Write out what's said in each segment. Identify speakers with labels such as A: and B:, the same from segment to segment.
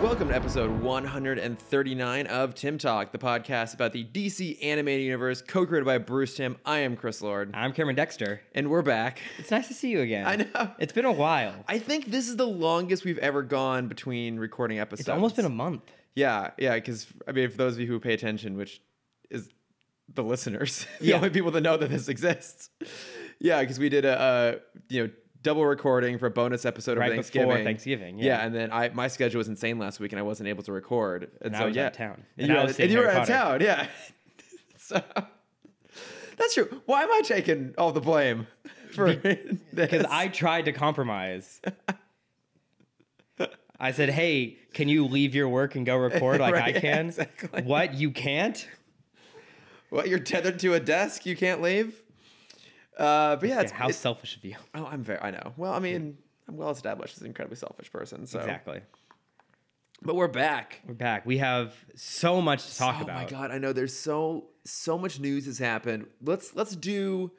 A: welcome to episode 139 of Tim Talk, the podcast about the DC animated universe, co-created by Bruce Tim. I am Chris Lord,
B: I'm Cameron Dexter.
A: and we're back.
B: It's nice to see you again.
A: I know.
B: It's been a while.
A: I think this is the longest we've ever gone between recording episodes.
B: It's almost been a month.
A: yeah, yeah. Because I mean, for those of you who pay attention, which is the listeners, the
B: Yeah.
A: only people that know that this exists. Yeah, because we did a, uh you know double recording for a bonus episode
B: Right
A: of
B: before
A: Thanksgiving.
B: Thanksgiving,
A: Yeah.
B: yeah.
A: and then I my schedule was insane last week, and I wasn't able to record. And,
B: And I
A: so
B: was out
A: yeah,
B: of town.
A: and,
B: And
A: you
B: I
A: were,
B: was
A: and
B: seeing
A: you were
B: Harry
A: out of town. Yeah, so that's true. Why am I taking all the blame for
B: Because I tried to compromise. I said, hey, can you leave your work and go record like
A: Right,
B: I can?
A: exactly.
B: What? You can't?
A: What you're tethered to a desk, you can't leave. Uh, but yeah, it's,
B: Yeah, how
A: it's-
B: selfish of you.
A: oh, I'm very. I know. Well, I mean, I'm well established as an incredibly selfish person. So,
B: Exactly.
A: but we're back.
B: We're back. We have so much to talk
A: oh
B: about.
A: my god, I know. There's so so much news has happened. Let's let's do.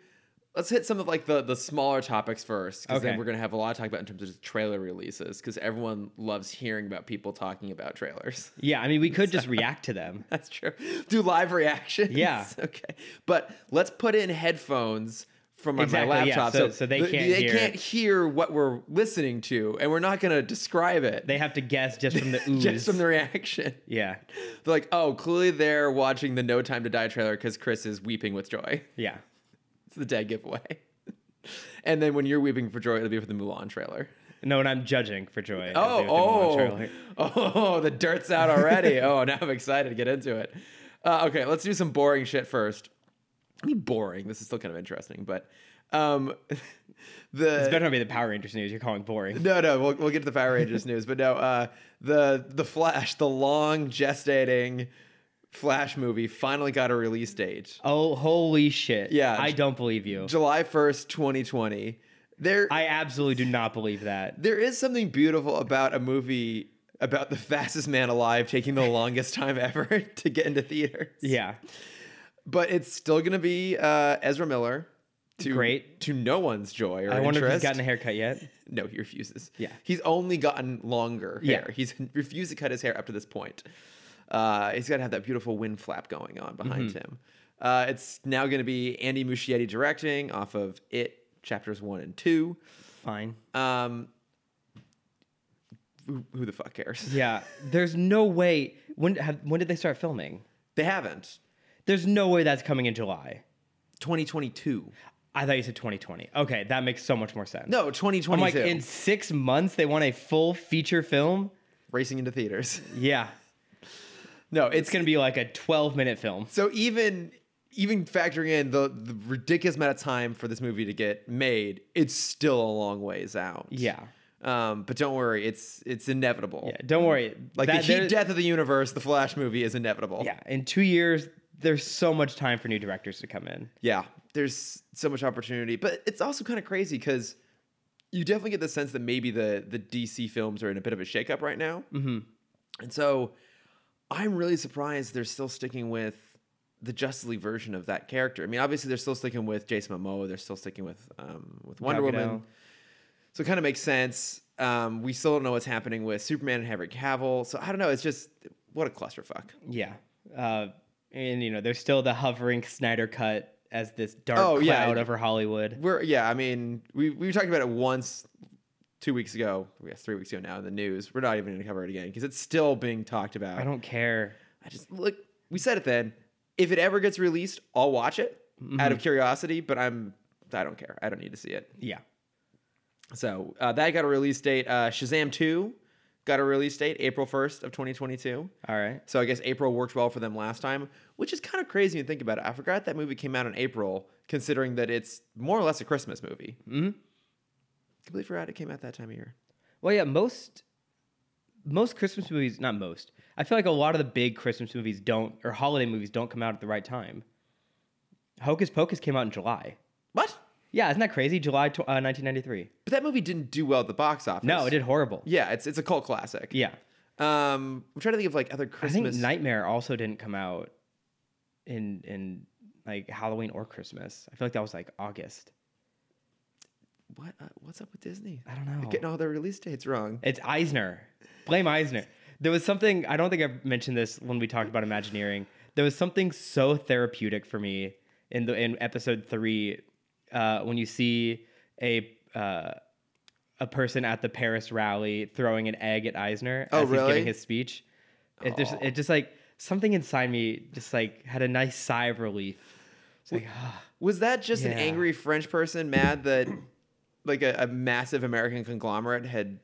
A: Let's hit some of like the the smaller topics first, because then
B: Okay.
A: we're gonna have a lot to talk about in terms of just trailer releases, because everyone loves hearing about people talking about trailers.
B: Yeah, I mean, we could just react to them.
A: That's true. Do live reactions.
B: Yeah.
A: Okay. But let's put in headphones from my- my
B: Exactly, yeah,
A: laptop.
B: so- so they
A: th-
B: can't
A: they
B: hear
A: can't
B: it.
A: hear what we're listening to, and we're not going to describe it.
B: They have to guess just from the ooze.
A: just from the reaction.
B: yeah,
A: They're like, oh, clearly they're watching the No Time to Die trailer because Chris is weeping with joy.
B: yeah.
A: It's the dead giveaway. and then when you're weeping for joy, it'll be for the Mulan trailer.
B: No, and I'm judging for joy.
A: Oh, oh, oh, the dirt's out already. oh, now I'm excited to get into it. Uh, okay, let's do some boring shit first. I mean, boring. This is still kind of interesting, but um, the
B: It's better not be the Power Rangers news you're calling boring.
A: no, no, we'll, we'll get to the Power Rangers news, but no, uh, the the Flash, the long gestating Flash movie, finally got a release date,
B: Oh, holy shit.
A: Yeah.
B: I don't believe you.
A: July first, 2020. There,
B: I absolutely do not believe that.
A: there is something beautiful about a movie about the fastest man alive taking the longest time ever to get into theaters.
B: Yeah.
A: But it's still going to be uh, Ezra Miller. To,
B: Great.
A: To no one's joy or
B: I wonder if
A: interest.
B: he's gotten a haircut yet.
A: no, he refuses.
B: Yeah.
A: He's only gotten longer hair.
B: Yeah.
A: He's refused to cut his hair up to this point. Uh, he's got to have that beautiful wind flap going on behind
B: Mm-hmm.
A: him. Uh, it's now going to be Andy Muschietti directing off of It Chapters 1 and 2.
B: Fine.
A: Um, who, who the fuck cares?
B: Yeah. There's no way. When have, when did they start filming?
A: They haven't.
B: There's no way that's coming in July.
A: 2022.
B: I thought you said 2020. Okay, that makes so much more sense.
A: No, 2022.
B: I'm like in six months they want a full feature film.
A: Racing into theaters.
B: Yeah,
A: No, it's,
B: it's gonna be like a 12 minute film.
A: so even even factoring in the, the ridiculous amount of time for this movie to get made, it's still a long ways out.
B: Yeah,
A: Um, but don't worry, it's it's inevitable.
B: yeah. Don't worry.
A: Like
B: That-
A: the
B: there-
A: heat death of the universe, the Flash movie is inevitable.
B: Yeah, in two years there's so much time for new directors to come in.
A: yeah, there's so much opportunity, but it's also kind of crazy because you definitely get the sense that maybe the the DC films are in a bit of a shakeup right now, mm-hmm. and so I'm really surprised they're still sticking with the Justice League version of that character. I mean, obviously they're still sticking with Jason Momoa, they're still sticking with um, with Wonder
B: Gal
A: Woman,
B: Gadot.
A: so it kind of makes sense. Um, we still don't know what's happening with Superman and Henry Cavill, so I don't know. It's just what a clusterfuck.
B: Yeah. Uh, and you know, there's still the hovering Snyder cut as this dark
A: Oh,
B: cloud
A: yeah.
B: over Hollywood.
A: We're yeah, I mean, we we talked about it once two weeks ago, I guess three weeks ago now in the news. We're not even gonna cover it again because it's still being talked about.
B: I don't care.
A: I just look we said it then. If it ever gets released, I'll watch it
B: Mm-hmm.
A: out of curiosity, but I'm I don't care. I don't need to see it.
B: Yeah.
A: So uh, that got a release date. Uh, Shazam 2 got a release date, April 1st of 2022.
B: All right.
A: So I guess April worked well for them last time, which is kind of crazy when you think about it. I forgot that movie came out in April, considering that it's more or less a Christmas movie. Mm-hmm. Completely forgot it came out that time of year.
B: Well, yeah, most most Christmas movies, not most. I feel like a lot of the big Christmas movies don't or holiday movies don't come out at the right time. Hocus Pocus came out in July.
A: What?
B: Yeah, isn't that crazy? July tw- uh, 1993.
A: But that movie didn't do well at the box office.
B: No, it did horrible.
A: Yeah, it's it's a cult classic.
B: Yeah.
A: Um, I'm trying to think of like other
B: I
A: Christmas.
B: think Nightmare also didn't come out in in like Halloween or Christmas. I feel like that was like August.
A: what uh, what's up with Disney?
B: I don't know.
A: Getting all their release dates wrong.
B: It's Eisner. Blame Eisner. There was something I don't think I've mentioned this when we talked about Imagineering. There was something so therapeutic for me in the in episode three uh, when you see a uh, a person at the Paris rally throwing an egg at Eisner
A: Oh,
B: as he's
A: really?
B: giving his speech. It just it just like something inside me just like had a nice sigh of relief. It's like ah.
A: Was that just an
B: Yeah.
A: angry French person mad that like a, a massive American conglomerate had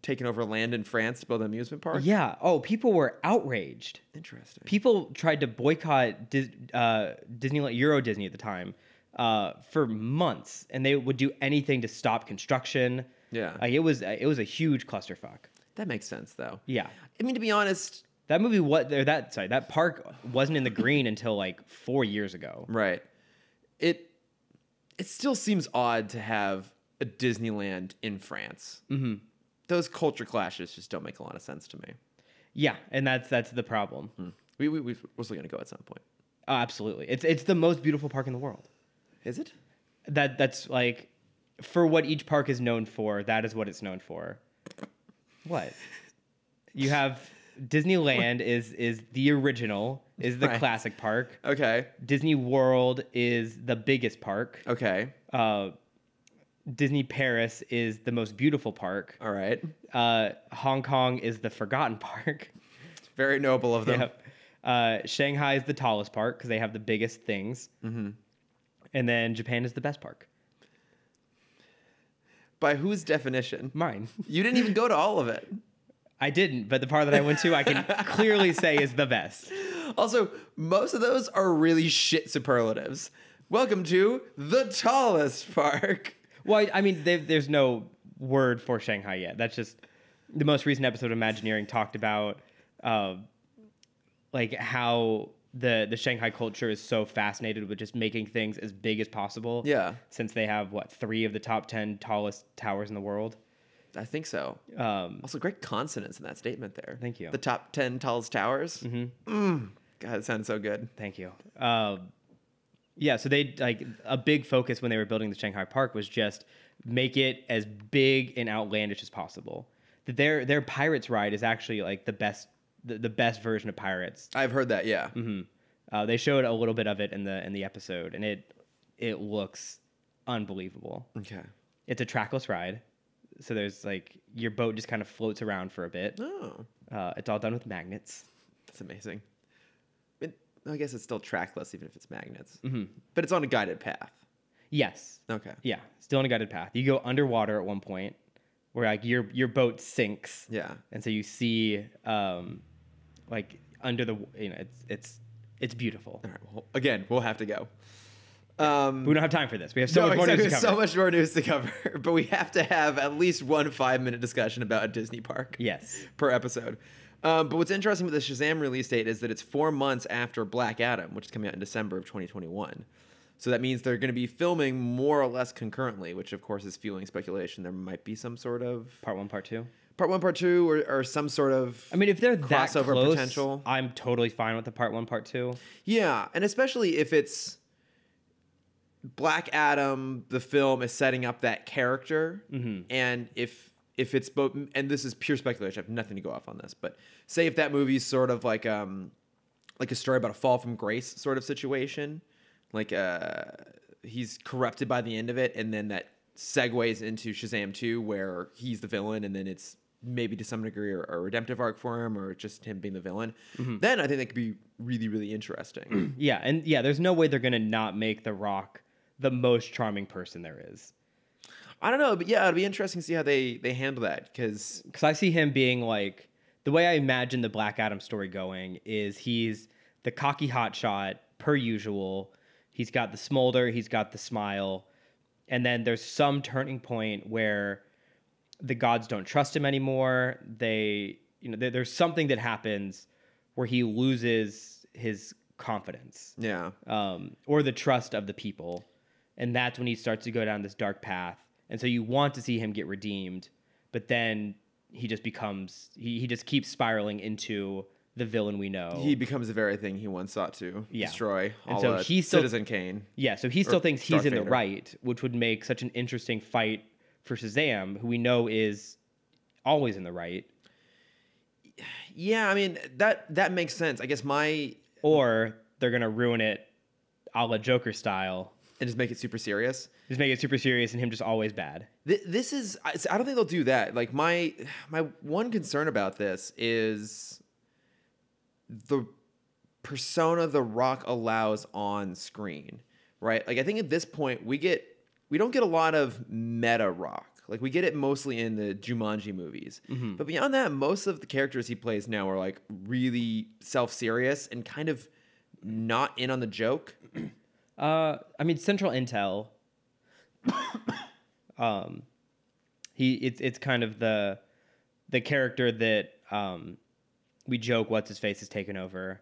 A: taken over land in France to build an amusement park?
B: yeah. Oh, people were outraged.
A: Interesting.
B: people tried to boycott Dis- uh, Disneyland, Euro Disney at the time, uh, for months, and they would do anything to stop construction.
A: Yeah.
B: like it was it was a huge clusterfuck.
A: that makes sense though.
B: Yeah,
A: I mean to be honest,
B: that movie what or that sorry that park wasn't in the green until like four years ago.
A: right. It it still seems odd to have a Disneyland in France. Mm-hmm. Those culture clashes just don't make a lot of sense to me.
B: Yeah, and that's that's the problem.
A: We we we we're still gonna go at some point.
B: Oh, absolutely, it's it's the most beautiful park in the world.
A: Is it?
B: That that's like for what each park is known for. That is what it's known for. What you have Disneyland is is the original is the
A: Right.
B: classic park.
A: Okay.
B: Disney World is the biggest park.
A: Okay.
B: Uh, Disney Paris is the most beautiful park.
A: All right.
B: Uh, Hong Kong is the forgotten park.
A: It's very noble of them.
B: Yep. Uh, Shanghai is the tallest park because they have the biggest things. And then Japan is the best park.
A: By whose definition?
B: Mine.
A: You didn't even go to all of it.
B: I didn't, but the part that I went to, I can clearly say is the best.
A: Also, most of those are really shit superlatives. Welcome to the tallest park.
B: Well, I, I mean, there- there's no word for Shanghai yet. That's just the most recent episode of Imagineering talked about, uh, like how the the Shanghai culture is so fascinated with just making things as big as possible.
A: Yeah.
B: Since they have what three of the top ten tallest towers in the world.
A: I think so.
B: Um,
A: Also, great consonants in that statement there.
B: Thank you.
A: The top 10 tallest towers. Mm-hmm. God, it sounds so good.
B: Thank you. Um, yeah, so they like a big focus when they were building the Shanghai Park was just make it as big and outlandish as possible. That their their Pirates ride is actually like the best the, the best version of Pirates.
A: I've heard that, yeah.
B: Uh, they showed a little bit of it in the in the episode, and it it looks unbelievable.
A: Okay.
B: It's a trackless ride, so there's like your boat just kind of floats around for a bit.
A: Oh,
B: Uh, it's all done with magnets.
A: that's amazing. It- I guess it's still trackless, even if it's magnets.
B: Mm-hmm.
A: But it's on a guided path.
B: Yes,
A: Okay.
B: Yeah, still on a guided path. You go underwater at one point, where like your your boat sinks,
A: Yeah.
B: and so you see um, like under the you know it's it's it's beautiful.
A: All right. Well, again, we'll have to go. Um,
B: We don't have time for this. We have so much more
A: exactly.
B: news to
A: There's
B: cover.
A: So much more news to cover, but we have to have at least one five minute discussion about a Disney park
B: yes.
A: per episode. Um, but what's interesting with the Shazam release date is that it's four months after Black Adam, which is coming out in December of 2021. So that means they're going to be filming more or less concurrently, which of course is fueling speculation. There might be some sort of
B: Part one, part two.
A: part one, part two, or, or some sort of.
B: I mean, if they're that
A: Crossover
B: close,
A: potential.
B: I'm totally fine with the part one, part two.
A: Yeah, and especially if it's Black Adam, the film is setting up that character, and if if it's both, and this is pure speculation, I have nothing to go off on this, but say if that movie's sort of like um like a story about a fall from grace sort of situation, like uh he's corrupted by the end of it, and then that segues into Shazam two where he's the villain, and then it's maybe to some degree a, a redemptive arc for him or just him being the villain. Then I think that could be really really interesting.
B: Yeah, and yeah, there's no way they're gonna not make The Rock the most charming person there is.
A: I don't know, but yeah, it'll be interesting to see how they they handle that because
B: because I see him being like the way I imagine the Black Adam story going is he's the cocky hotshot per usual. He's got the smolder, he's got the smile, and then there's some turning point where the gods don't trust him anymore. They, you know, there, there's something that happens where he loses his confidence
A: yeah,
B: um, or the trust of the people. And that's when he starts to go down this dark path. And so you want to see him get redeemed, but then he just becomes, he, he just keeps spiraling into the villain we know.
A: he becomes the very thing he once sought to
B: Yeah.
A: destroy.
B: And
A: all
B: so
A: of
B: he's still-
A: Citizen Kane.
B: yeah, so he still
A: or
B: thinks he's
A: Darth
B: in the
A: Vader.
B: right, which would make such an interesting fight for Shazam, who we know is always in the right.
A: yeah, I mean that that makes sense. I guess my
B: Or they're gonna ruin it a la Joker style.
A: and just make it super serious.
B: Just make it super serious and him just always bad.
A: Th- this is I I don't think they'll do that. Like my my one concern about this is the persona the rock allows on screen, right? Like I think at this point we get we don't get a lot of meta rock. Like we get it mostly in the Jumanji movies. But beyond that, most of the characters he plays now are like really self-serious and kind of not in on the joke.
B: Uh, I mean Central Intel. um, he it's it's kind of the the character that um we joke what's his face is taken over.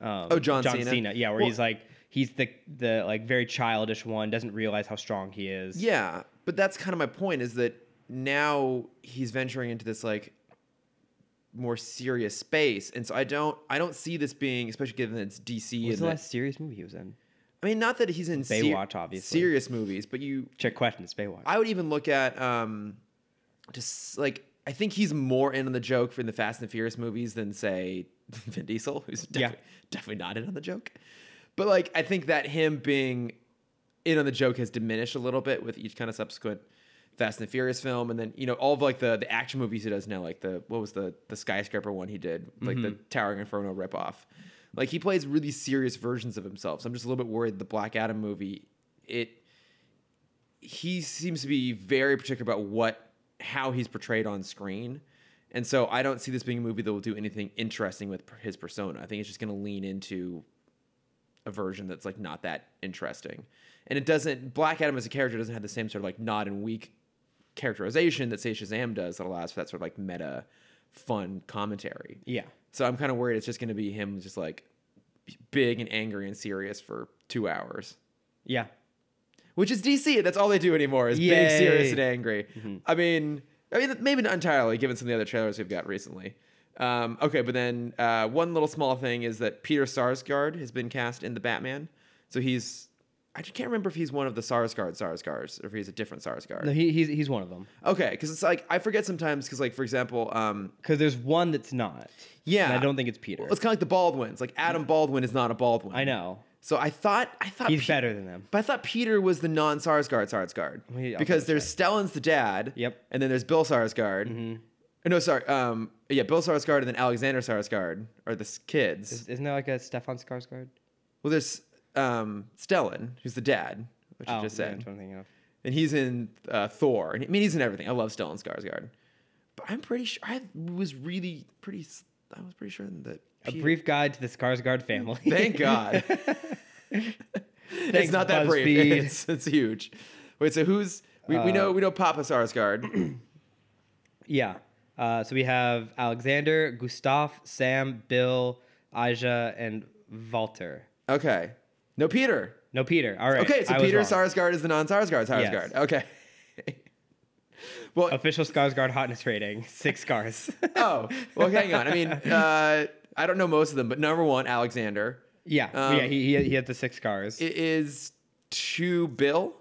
B: Um,
A: Oh, John
B: John
A: Cena.
B: yeah, where
A: Well-
B: he's like he's the the like very childish one, doesn't realize how strong he is.
A: Yeah, but that's kind of my point is that now he's venturing into this like more serious space, and so I don't I don't see this being, especially given that it's DC.
B: What was
A: And
B: the
A: that-
B: last serious movie he was in?
A: I mean, not that he's in ser-
B: Baywatch, obviously.
A: serious movies, but you,
B: Check question. It's Baywatch.
A: I would even look at um, just like I think he's more in on the joke in the Fast and Furious movies than say Vin Diesel, who's
B: Yeah.
A: definitely, definitely not in on the joke. But like I think that him being in on the joke has diminished a little bit with each kind of subsequent Fast and Furious film, and then you know all of like the the action movies he does now, like the what was the the skyscraper one he did, like the Towering Inferno ripoff. Like he plays really serious versions of himself. So I'm just a little bit worried the Black Adam movie, it he seems to be very particular about what how he's portrayed on screen. And so I don't see this being a movie that will do anything interesting with per- his persona. I think it's just going to lean into a version that's like not that interesting. And it doesn't Black Adam as a character doesn't have the same sort of like nod and weak characterization that say Shazam does that allows for that sort of like meta fun commentary.
B: yeah.
A: So I'm kind of worried it's just going to be him just like big and angry and serious for 2 hours
B: Yeah.
A: which is DC. That's all they do anymore is big,
B: Yay. Mm-hmm.
A: serious, and angry. I mean, I mean, maybe not entirely, given some of the other trailers we've got recently. Um, okay, but then uh, one little small thing is that Peter Sarsgaard has been cast in the Batman, so he's. I just can't remember if he's one of the Sarsgaard Sarsgaards or if he's a different Sarsgaard.
B: No, he, he's he's one of them.
A: Okay, because it's like I forget sometimes. Because like for example, um,
B: Because there's one that's not.
A: yeah,
B: And I don't think it's Peter.
A: It's kind of like the Baldwins. Like Adam Baldwin is not a Baldwin.
B: I know.
A: So I thought I thought
B: He's
A: Pe-
B: better than them.
A: But I thought Peter was the non Sarsgaard Sarsgaard
B: Yeah, I'll
A: because
B: put
A: there's Stellan's the dad.
B: Yep. Mm-hmm.
A: And then there's Bill Sarsgaard. Uh, No, sorry. Um, yeah, Bill Sarsgaard and then Alexander Sarsgaard are the s- kids.
B: Isn't there like a Stefan Skarsgård?
A: Well, there's um, Stellan, who's the dad, which I just
B: Oh, yeah,
A: said,
B: that's what I'm thinking of.
A: and he's in uh, Thor. And I mean, he's in everything. I love Stellan Skarsgård. But I'm pretty sure I was really pretty. s- I was pretty sure that
B: A
A: Peter-
B: brief guide to the Skarsgård family.
A: Thank God. it's
B: Thanks,
A: not that brief.
B: BuzzFeed. Uh,
A: It's, it's huge. Wait, so who's we, we know we know Papa Sarsgaard.
B: yeah. Uh, so we have Alexander, Gustav, Sam, Bill, Aja, and Walter.
A: okay. No Peter.
B: No, Peter. All right.
A: Okay, so
B: I was
A: Peter
B: wrong.
A: Sarsgaard is the non-Sarsgaard Sarsgaard. Okay. well,
B: Official Skarsgård hotness rating six scars.
A: oh, well, hang on. I mean, uh, I don't know most of them, but number one, Alexander
B: yeah.
A: Um,
B: yeah. He, he, he had the six scars.
A: It is two Bill.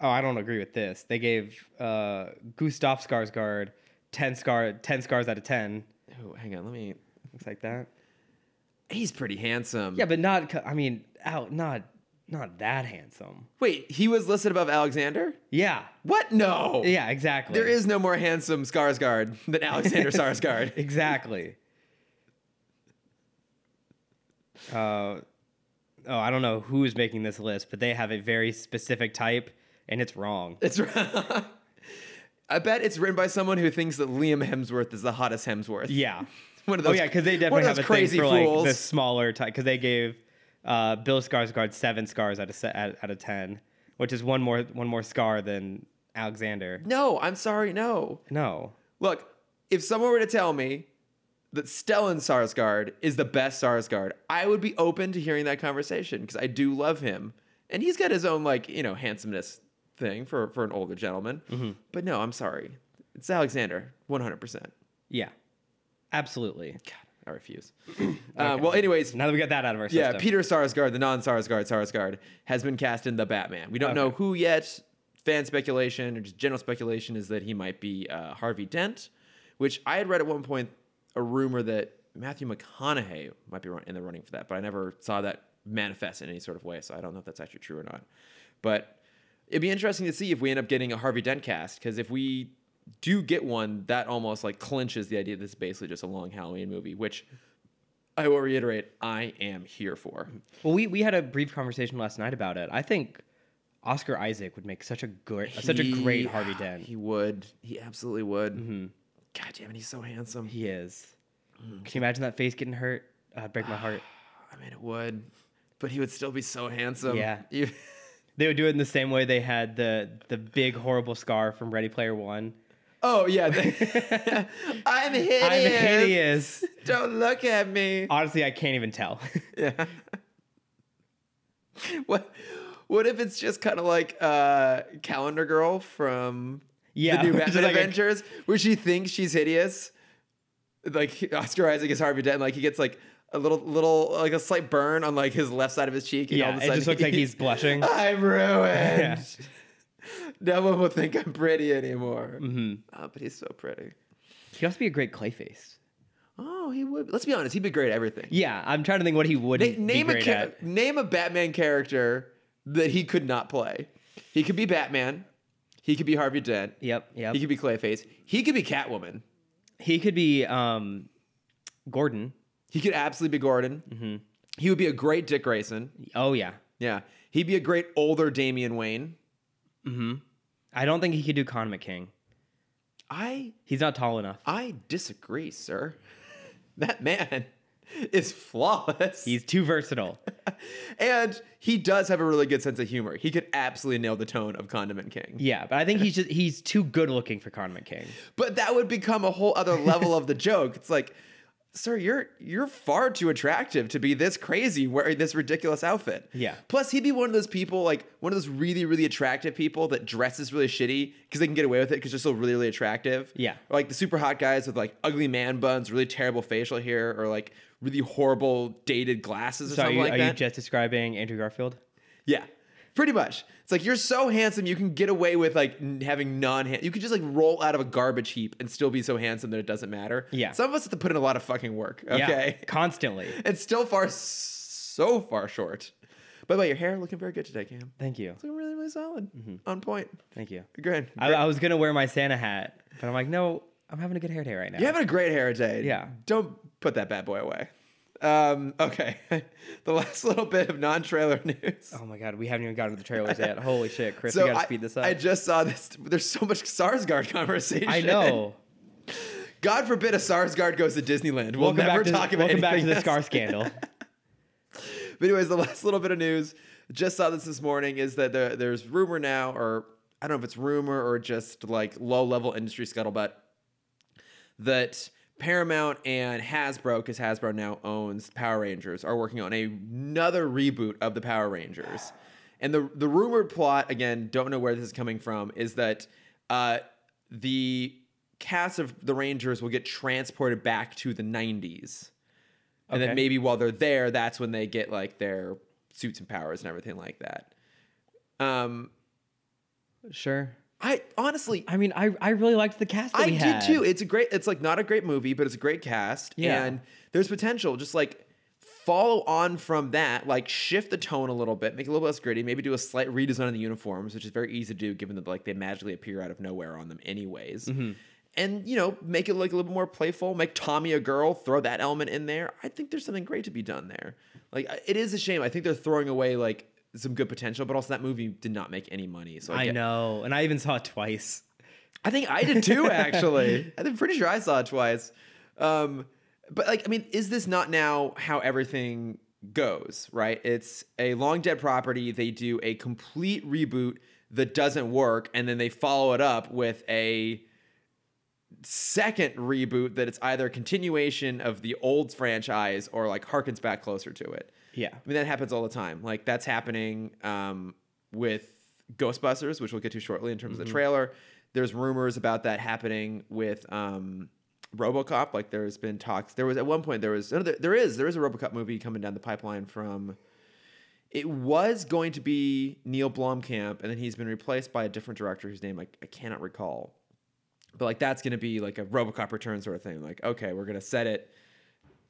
B: oh, I don't agree with this. They gave uh, Gustav Skarsgård 10, scar, 10 scars out of 10.
A: Oh, hang on, let me.
B: Looks like that.
A: He's pretty handsome.
B: Yeah, but not. co- I mean, out not not that handsome.
A: Wait, he was listed above Alexander.
B: Yeah,
A: What? No.
B: yeah, exactly.
A: There is no more handsome Skarsgård than Alexander Skarsgård.
B: exactly. Uh, oh, I don't know who's making this list, but they have a very specific type, and it's wrong.
A: It's I bet it's written by someone who thinks that Liam Hemsworth is the hottest Hemsworth.
B: Yeah.
A: One of
B: Oh
A: those,
B: yeah, because they
A: one
B: definitely
A: of
B: have a
A: those crazy
B: thing for
A: fools.
B: like the smaller type. Because they gave uh, Bill Skarsgård seven scars out of se- out, out of ten, which is one more one more scar than Alexander.
A: No, I'm sorry, no.
B: No.
A: Look, if someone were to tell me that Stellan Sarsgaard is the best Sarsgaard, I would be open to hearing that conversation because I do love him. And he's got his own, like, you know, handsomeness thing for, for an older gentleman. But no, I'm sorry. It's Alexander, 100%.
B: Yeah. Absolutely.
A: God, I refuse. uh, well, anyways,
B: Now that we got that out of our
A: yeah,
B: system.
A: Peter Sarsgaard, the non-Sarsgaard Sarsgaard, has been cast in the Batman. We don't know who yet. Fan speculation or just general speculation is that he might be uh, Harvey Dent, which I had read at one point a rumor that Matthew McConaughey might be run- in the running for that, but I never saw that manifest in any sort of way, so I don't know if that's actually true or not. But it'd be interesting to see if we end up getting a Harvey Dent cast, because if we do get one, that almost like clinches the idea that it's basically just a long Halloween movie, which I will reiterate, I am here for.
B: Well, we we had a brief conversation last night about it. I think Oscar Isaac would make such a good, such a great
A: He-
B: Harvey Dent. Mm-hmm. He,
A: He would. He absolutely would. God damn it, he's so handsome.
B: is. Can you imagine that face getting hurt? Uh, break my heart.
A: I mean, it would, but he would still be so handsome.
B: Yeah.
A: You-
B: They would do it in the same way they had the the big horrible scar from Ready Player One.
A: oh yeah. the- I'm hideous.
B: I'm hideous.
A: Don't look at me.
B: Honestly, I can't even tell. Oh.
A: Yeah. what? What if it's just kind of like uh, Calendar Girl from
B: yeah,
A: the new
B: just
A: Batman
B: like a-
A: Adventures, where she thinks she's hideous. Like Oscar Isaac is Harvey Dent, like he gets like a little, little, like a slight burn on like his left side of his cheek, and all of
B: yeah,
A: a
B: it
A: sudden
B: just looks like he's blushing.
A: I'm ruined.
B: Yeah.
A: No one will think I'm pretty anymore.
B: hmm
A: Oh, but he's so pretty.
B: He'd also be a great Clayface.
A: Oh, he would. Let's be honest, he'd be great at everything.
B: Yeah, I'm trying to think what he would
A: Na-
B: be
A: name a
B: great
A: char-
B: at.
A: name a Batman character that he could not play. He could be Batman. He could be Harvey Dent.
B: Yep, yep.
A: He could be Clayface. He could be Catwoman.
B: He could be um, Gordon.
A: He could absolutely be Gordon. He would be a great Dick Grayson.
B: Oh yeah.
A: Yeah. He'd be a great older Damian Wayne.
B: hmm I don't think he could do Con McKing.
A: I
B: He's not tall enough.
A: I disagree, sir. That man is flawless.
B: He's too versatile.
A: and he does have a really good sense of humor. He could absolutely nail the tone of Condiment King.
B: Yeah, but I think he's just he's too good looking for Con McKing.
A: But that would become a whole other level of the joke. It's like, sir, you're you're far too attractive to be this crazy wearing this ridiculous outfit.
B: Yeah.
A: Plus, he'd be one of those people, like one of those really, really attractive people that dresses really shitty because they can get away with it because they're still really, really attractive.
B: Yeah.
A: Or like the super hot guys with like ugly man buns, really terrible facial hair, or like really horrible dated glasses or
B: So are
A: something
B: you,
A: like
B: are
A: that.
B: you just describing Andrew Garfield?
A: Yeah, pretty much. It's like you're so handsome, you can get away with like n- having non. You could just like roll out of a garbage heap and still be so handsome that it doesn't matter.
B: Yeah.
A: Some of us have to put in a lot of fucking work.
B: Yeah,
A: Okay.
B: constantly.
A: It's still far, so far short. By the way, your hair looking very good today, Cam.
B: Thank you,
A: It's looking really, really solid. On point.
B: thank you.
A: Good.
B: Mm-hmm. I, I was gonna wear my Santa hat, but I'm like, no, I'm having a good hair day right now.
A: You're having a great hair day.
B: Yeah.
A: Don't put that bad boy away. Um, okay. the last little bit of non-trailer news.
B: Oh my god, we haven't even gotten to the trailers yet. Holy shit, Chris, we gotta
A: I,
B: speed this up.
A: I
B: I,
A: just saw this. There's so much Sarsgaard conversation.
B: know.
A: God forbid a Sarsgaard goes to Disneyland. We'll
B: welcome
A: never
B: back to
A: talk
B: the,
A: about
B: welcome back to
A: anything
B: the Scar
A: else.
B: scandal.
A: But anyways, the last little bit of news. Just saw this this morning. Is that there, there's rumor now, or I don't know if it's rumor or just like low level industry scuttlebutt that Paramount and Hasbro, because Hasbro now owns Power Rangers, are working on a- another reboot of the Power Rangers. And the the rumored plot, again, don't know where this is coming from, is that uh, the cast of the Rangers will get transported back to the 90s. And
B: Okay.
A: then maybe while they're there, that's when they get like their suits and powers and everything like that. Um,
B: sure.
A: I honestly,
B: I mean, I I really liked the cast. That
A: I
B: we had.
A: did too. It's a great. It's like not a great movie, but it's a great cast.
B: Yeah.
A: And there's potential. Just like follow on from that. Like shift the tone a little bit, make it a little less gritty. Maybe do a slight redesign of the uniforms, which is very easy to do, given that like they magically appear out of nowhere on them, anyways.
B: Mm-hmm.
A: And you know, make it look a little bit more playful. Make Tommy a girl. Throw that element in there. I think there's something great to be done there. Like I- it is a shame. I think they're throwing away like some good potential, but also that movie did not make any money. So I,
B: I
A: get-
B: know, and I even saw it twice.
A: I think I did too, actually. I'm pretty sure I saw it twice. Um, but like, I mean, is this not now how everything goes? Right? It's a long dead property. They do a complete reboot that doesn't work, and then they follow it up with a second reboot that it's either a continuation of the old franchise or like harkens back closer to it.
B: Yeah.
A: I mean, that happens all the time. Like that's happening um, with Ghostbusters, which we'll get to shortly in terms of the trailer. There's rumors about that happening with um, RoboCop. Like there's been talks. There was at one point there was no, there, there is there is a RoboCop movie coming down the pipeline from. It was going to be Neil Blomkamp, and then he's been replaced by a different director whose name I, I cannot recall. But like that's gonna be like a RoboCop return sort of thing. Like okay, we're gonna set it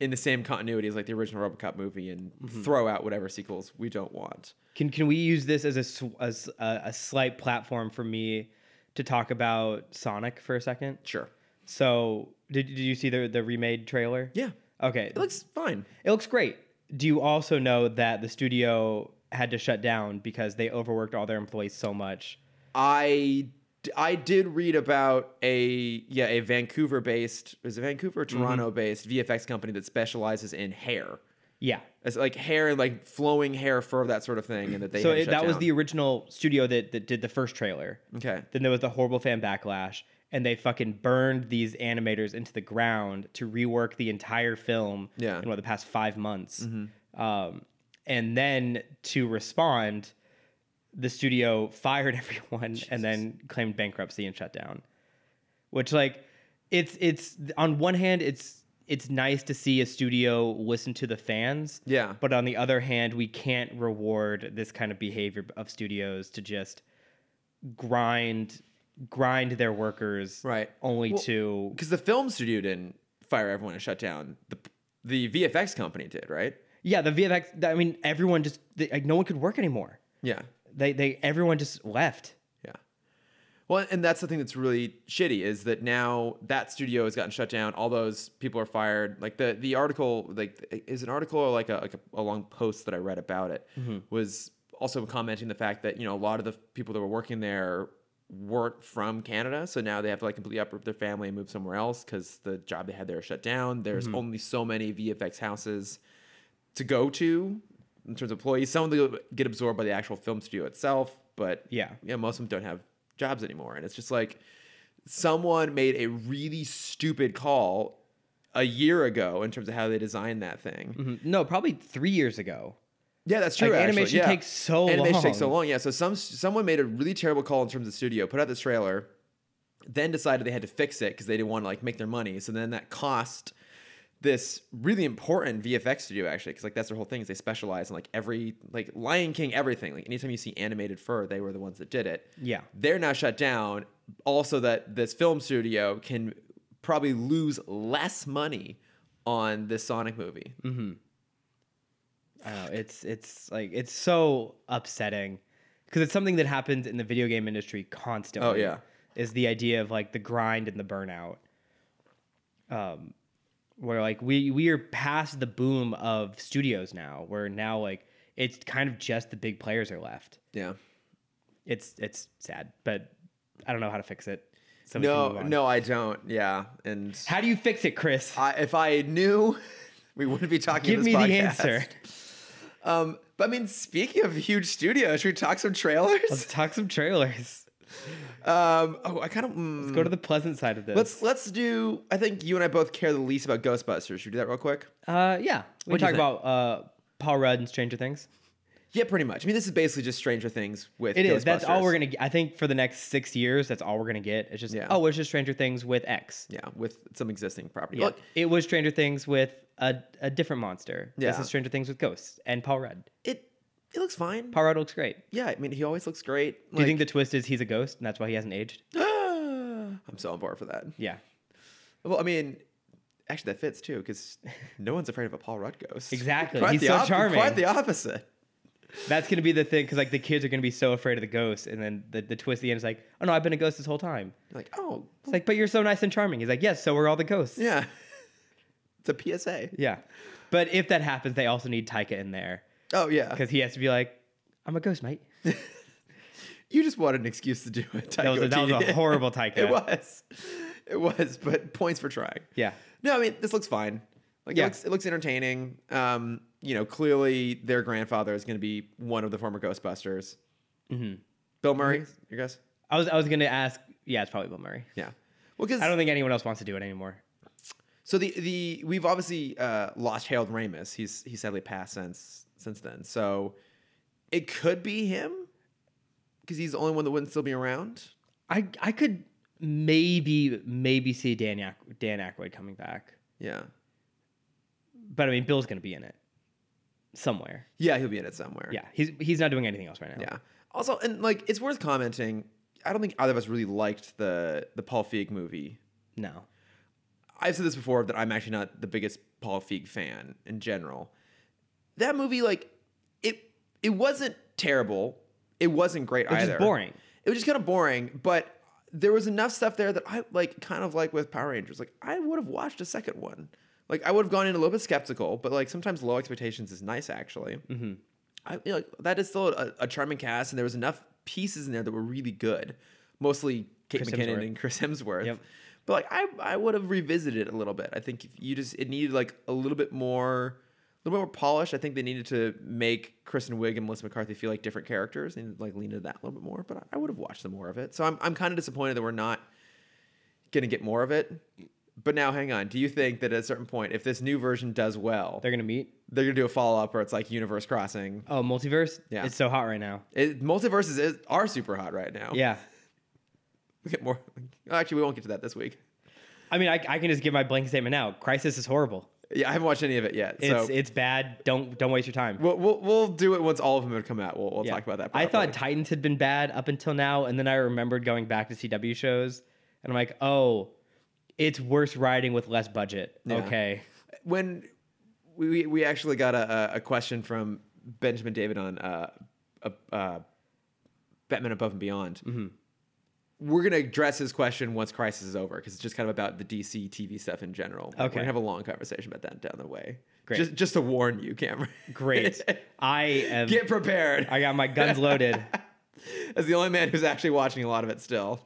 A: in the same continuity as like the original RoboCop movie and throw out whatever sequels we don't want.
B: Can can we use this as a sw- as uh, a, a slight platform for me to talk about Sonic for a second?
A: Sure.
B: So did did you see the the remade trailer?
A: Yeah,
B: Okay,
A: it looks fine.
B: it looks great. Do you also know that the studio had to shut down because they overworked all their employees so much?
A: I d- I did read about a yeah a Vancouver based is it Vancouver Toronto based VFX company that specializes in hair.
B: Yeah.
A: It's like hair and like flowing hair fur that sort of thing, and that they
B: so
A: had to
B: it,
A: shut
B: that was
A: down.
B: the original studio that that did the first trailer.
A: okay.
B: Then there was the horrible fan backlash, and they fucking burned these animators into the ground to rework the entire film
A: Yeah.
B: in what, the past five months. Um, and then to respond, the studio fired everyone and then claimed bankruptcy and shut down. Which like it's it's on one hand it's it's nice to see a studio listen to the fans.
A: Yeah.
B: But on the other hand, we can't reward this kind of behavior of studios to just grind grind their workers
A: Right.
B: only
A: Well,
B: to
A: Because the film studio didn't fire everyone and shut down. The the VFX company did, right?
B: yeah the VFX. I mean, everyone just they, like no one could work anymore.
A: Yeah.
B: They they everyone just left.
A: Yeah. Well, and that's the thing that's really shitty is that now that studio has gotten shut down. All those people are fired. Like the the article, like is an article or like a like a, a long post that I read about it was also commenting the fact that you know a lot of the people that were working there weren't from Canada, so now they have to like completely uproot their family and move somewhere else because the job they had there is shut down. There's only so many VFX houses to go to in terms of employees. Some of them get absorbed by the actual film studio itself, but
B: Yeah.
A: yeah, most of them don't have jobs anymore. And it's just like someone made a really stupid call a year ago in terms of how they designed that thing.
B: Mhm. No, probably three years ago.
A: Yeah, that's true.
B: Like,
A: actually,
B: animation
A: yeah.
B: takes so
A: Animation takes so
B: long.
A: long. Yeah. So some someone made a really terrible call in terms of studio, put out this trailer, then decided they had to fix it because they didn't want to like make their money. So then that cost this really important VFX studio actually, because like that's their whole thing is they specialize in like every like Lion King everything. Like anytime you see animated fur, they were the ones that did it.
B: Yeah.
A: They're now shut down. Also, that this film studio can probably lose less money on this Sonic movie.
B: Mm-hmm. I don't know. Oh, It's it's like it's so upsetting because it's something that happens in the video game industry constantly.
A: Oh, yeah.
B: is the idea of like the grind and the burnout. Um, where like we we are past the boom of studios now. Where now like it's kind of just the big players are left.
A: Yeah.
B: It's it's sad, but I don't know how to fix it. So we can
A: No,
B: move on.
A: no, I don't. Yeah, and
B: How do you fix it, Chris?
A: I, if I knew, we wouldn't be talking.
B: Give
A: this
B: me the
A: podcast.
B: answer.
A: Um, but I mean, speaking of huge studios, should we talk some
B: Let's
A: trailers?
B: talk some trailers.
A: Um, oh, I kind of
B: Let's go to the pleasant side of this.
A: Let's let's do. I think you and I both care the least about Ghostbusters. Should we do that real quick?
B: Uh, yeah. We
A: What do
B: can
A: you
B: talk about uh, Paul Rudd and Stranger Things.
A: Yeah, pretty much. I mean, this is basically just Stranger Things with
B: It is. That's all we're
A: Ghostbusters.
B: gonna. Get. I think for the next six years, that's all we're gonna get. It's just
A: Yeah.
B: oh, it's just Stranger Things with X.
A: Yeah, with some existing property.
B: Yeah.
A: Look,
B: It was Stranger Things with a, a different monster. This
A: Yeah.
B: is Stranger Things with ghosts and Paul Rudd.
A: it it looks fine.
B: Paul Rudd looks great.
A: Yeah, I mean, he always looks great.
B: Do you think the twist is he's a ghost and that's why he hasn't aged?
A: I'm so on board for that.
B: Yeah.
A: Well, I mean, actually, that fits too because no one's afraid of a Paul Rudd ghost.
B: Exactly.
A: Quite
B: He's
A: the
B: so
A: op-
B: charming.
A: Quite the opposite.
B: That's gonna be the thing because like the kids are gonna be so afraid of the ghost, and then the, the twist at the end is like, oh no, I've been a ghost this whole time.
A: You're like, oh,
B: It's like, but you're so nice and charming. He's like, yes, so are all the ghosts.
A: yeah. It's a PSA.
B: Yeah. But if that happens, they also need Taika in there
A: Oh, yeah.
B: because he has to be like, I'm a ghost, mate.
A: You just wanted an excuse to do it.
B: That was, a, that was a horrible Taika.
A: it was. It was, but points for trying.
B: Yeah.
A: No, I mean, this looks fine. Like,
B: Yeah.
A: it, looks, it looks entertaining. Um, you know, clearly their grandfather is going to be one of the former Ghostbusters. Mm-hmm. Bill Murray, you guys?
B: I was, I was going to ask, yeah, it's probably Bill Murray.
A: Yeah. Well, because
B: I don't think anyone else wants to do it anymore.
A: So the the we've obviously uh, lost Harold Ramis. He's he sadly passed since since then. So it could be him because he's the only one that wouldn't still be around.
B: I, I could maybe, maybe see Dan, Ack- Dan Aykroyd coming back.
A: Yeah,
B: But I mean, Bill's going to be in it somewhere.
A: yeah, he'll be in it somewhere.
B: Yeah. He's, he's not doing anything else right now.
A: yeah. Also, and like it's worth commenting. I don't think either of us really liked the the Paul Feig movie.
B: No.
A: I've said this before that I'm actually not the biggest Paul Feig fan in general. That movie, like, it it wasn't terrible. It wasn't great
B: It's
A: either.
B: just boring.
A: It was just kind of boring, but there was enough stuff there that I like, kind of like with Power Rangers. Like, I would have watched a second one. Like, I would have gone in a little bit skeptical, but like sometimes low expectations is nice actually. Mm-hmm. I you know, like that is still a, a charming cast, and there was enough pieces in there that were really good, mostly Kate
B: Chris
A: McKinnon
B: Hemsworth.
A: and Chris Hemsworth.
B: Yep.
A: But like I, I would have revisited it a little bit. I think if you just it needed like a little bit more, a little bit more polish. I think they needed to make Kristen Wiig and Melissa McCarthy feel like different characters. They needed to like lean into that a little bit more. But I, I would have watched some more of it. So I'm, I'm kind of disappointed that we're not gonna get more of it. But now, hang on. Do you think that at a certain point, if this new version does well,
B: They're gonna meet.
A: they're gonna do a follow up where it's like universe crossing?
B: Oh, multiverse.
A: Yeah.
B: It's so hot right now.
A: It, multiverses is, are super hot right now.
B: Yeah.
A: We get more. Actually, we won't get to that this week.
B: I mean, I, I can just give my blank statement now. Crisis is horrible.
A: Yeah, I haven't watched any of it yet. So
B: It's it's bad. Don't don't waste your time.
A: we'll, we'll we'll do it once all of them have come out. We'll we'll
B: Yeah.
A: talk about that.
B: I thought
A: properly.
B: Titans had been bad up until now, and then I remembered going back to CW shows, and I'm like, oh, it's worse writing with less budget.
A: Yeah.
B: Okay.
A: when we- we we actually got a a- a question from Benjamin David on uh, uh, uh Batman Above and Beyond.
B: Mm-hmm.
A: We're gonna address his question once Crisis is over because it's just kind of about the DC TV stuff in general. We're
B: Okay.
A: gonna have a long conversation about that down the way.
B: Great.
A: Just just to warn you, Cameron.
B: Great. I am.
A: Get prepared.
B: I got my guns loaded.
A: As the only man who's actually watching a lot of it still,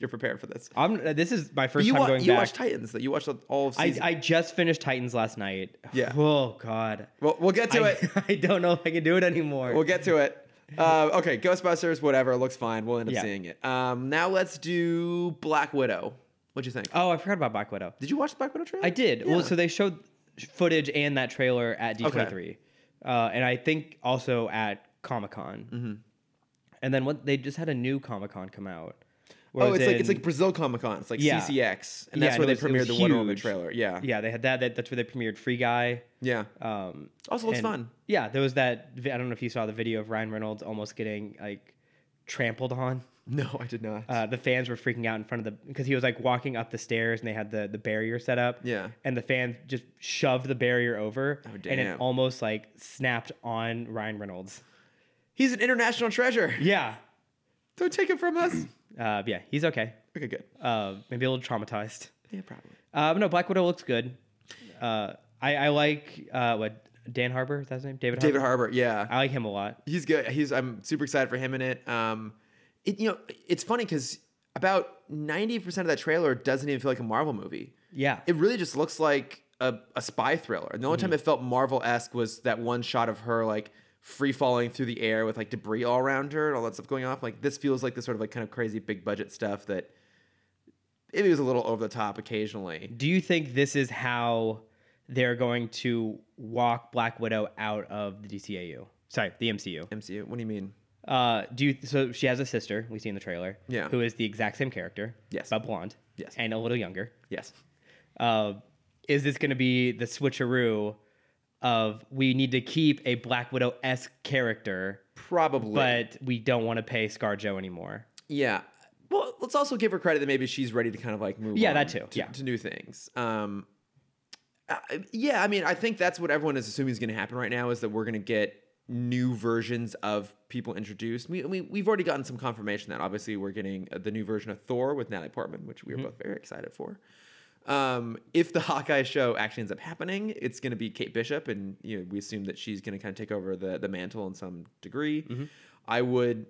A: you're prepared for this.
B: I'm. This is my first
A: you
B: time
A: wa-
B: going
A: you
B: back.
A: watched Titans. That you watched all of
B: I,
A: season.
B: I just finished Titans last night.
A: Yeah.
B: Oh God.
A: well, we'll get to
B: I,
A: it.
B: I don't know if I can do it anymore.
A: We'll get to it. Uh, okay, Ghostbusters, whatever. Looks fine. We'll end up
B: Yeah.
A: seeing it. Um, now let's do Black Widow. What'd you think?
B: oh, I forgot about Black Widow.
A: did you watch the Black Widow trailer?
B: I did.
A: Yeah.
B: Well, so they showed footage and that trailer at D23, uh, and I think also at Comic Con.
A: Mm-hmm.
B: And then what they just had a new Comic Con come out. where
A: oh,
B: was
A: it's like it's
B: in-
A: like Brazil Comic Con. It's like
B: Yeah.
A: CCX, and
B: Yeah,
A: that's
B: and
A: where
B: it
A: they
B: was- it
A: premiered
B: was
A: the Wonder Woman
B: huge.
A: trailer. Yeah, yeah.
B: yeah, they had that, that. That's where they premiered Free Guy. Um,
A: Also looks
B: and-
A: fun.
B: Yeah, there was that. vi- I don't know if you saw the video of Ryan Reynolds almost getting like trampled on.
A: No, I did not.
B: Uh, the fans were freaking out in front of the because he was like walking up the stairs and they had the the barrier set up.
A: Yeah. Oh,
B: and the fans just shoved the barrier over, and it
A: damn.
B: almost like snapped on Ryan Reynolds.
A: He's an international treasure.
B: Yeah,
A: Don't take it from us.
B: uh, yeah, he's okay.
A: okay, good.
B: Uh, maybe a little traumatized.
A: Yeah, probably.
B: Uh, but no, Black Widow looks good. Uh, I I like uh, what Dan Harbor is that his name? David.
A: David
B: Harbour?
A: Harbour. Yeah,
B: I like him a lot.
A: he's good. He's I'm super excited for him in it. Um, it you know it's funny because about ninety percent of that trailer doesn't even feel like a Marvel movie.
B: Yeah,
A: it really just looks like a, a spy thriller. And the only time it felt Marvel esque was that one shot of her like free falling through the air with like debris all around her and all that stuff going off. Like this feels like this sort of like kind of crazy big budget stuff that maybe was a little over the top occasionally.
B: Do you think this is how they're going to walk Black Widow out of the DCAU? Sorry, the MCU.
A: MCU, what do you mean?
B: Uh, do you, so she has a sister we see in the trailer,
A: Yeah.
B: who is the exact same character,
A: Yes.
B: but blonde,
A: Yes.
B: and a little younger.
A: Yes.
B: Uh, is this going to be the switcheroo of we need to keep a Black Widow esque character,
A: Probably.
B: but we don't want to pay Scar Joe anymore?
A: Yeah. Well, let's also give her credit that maybe she's ready to kind of like move.
B: Yeah,
A: on
B: that too.
A: To,
B: Yeah.
A: to new things. Um, I- yeah, I mean, I think that's what everyone is assuming is going to happen right now is that we're going to get new versions of people introduced. We, we we've already gotten some confirmation that obviously we're getting uh, the new version of Thor with Natalie Portman, which
B: Mm-hmm.
A: we are both very excited for. Um, if the Hawkeye show actually ends up happening, it's going to be Kate Bishop, and you know we assume that she's going to kind of take over the the mantle in some degree. I would,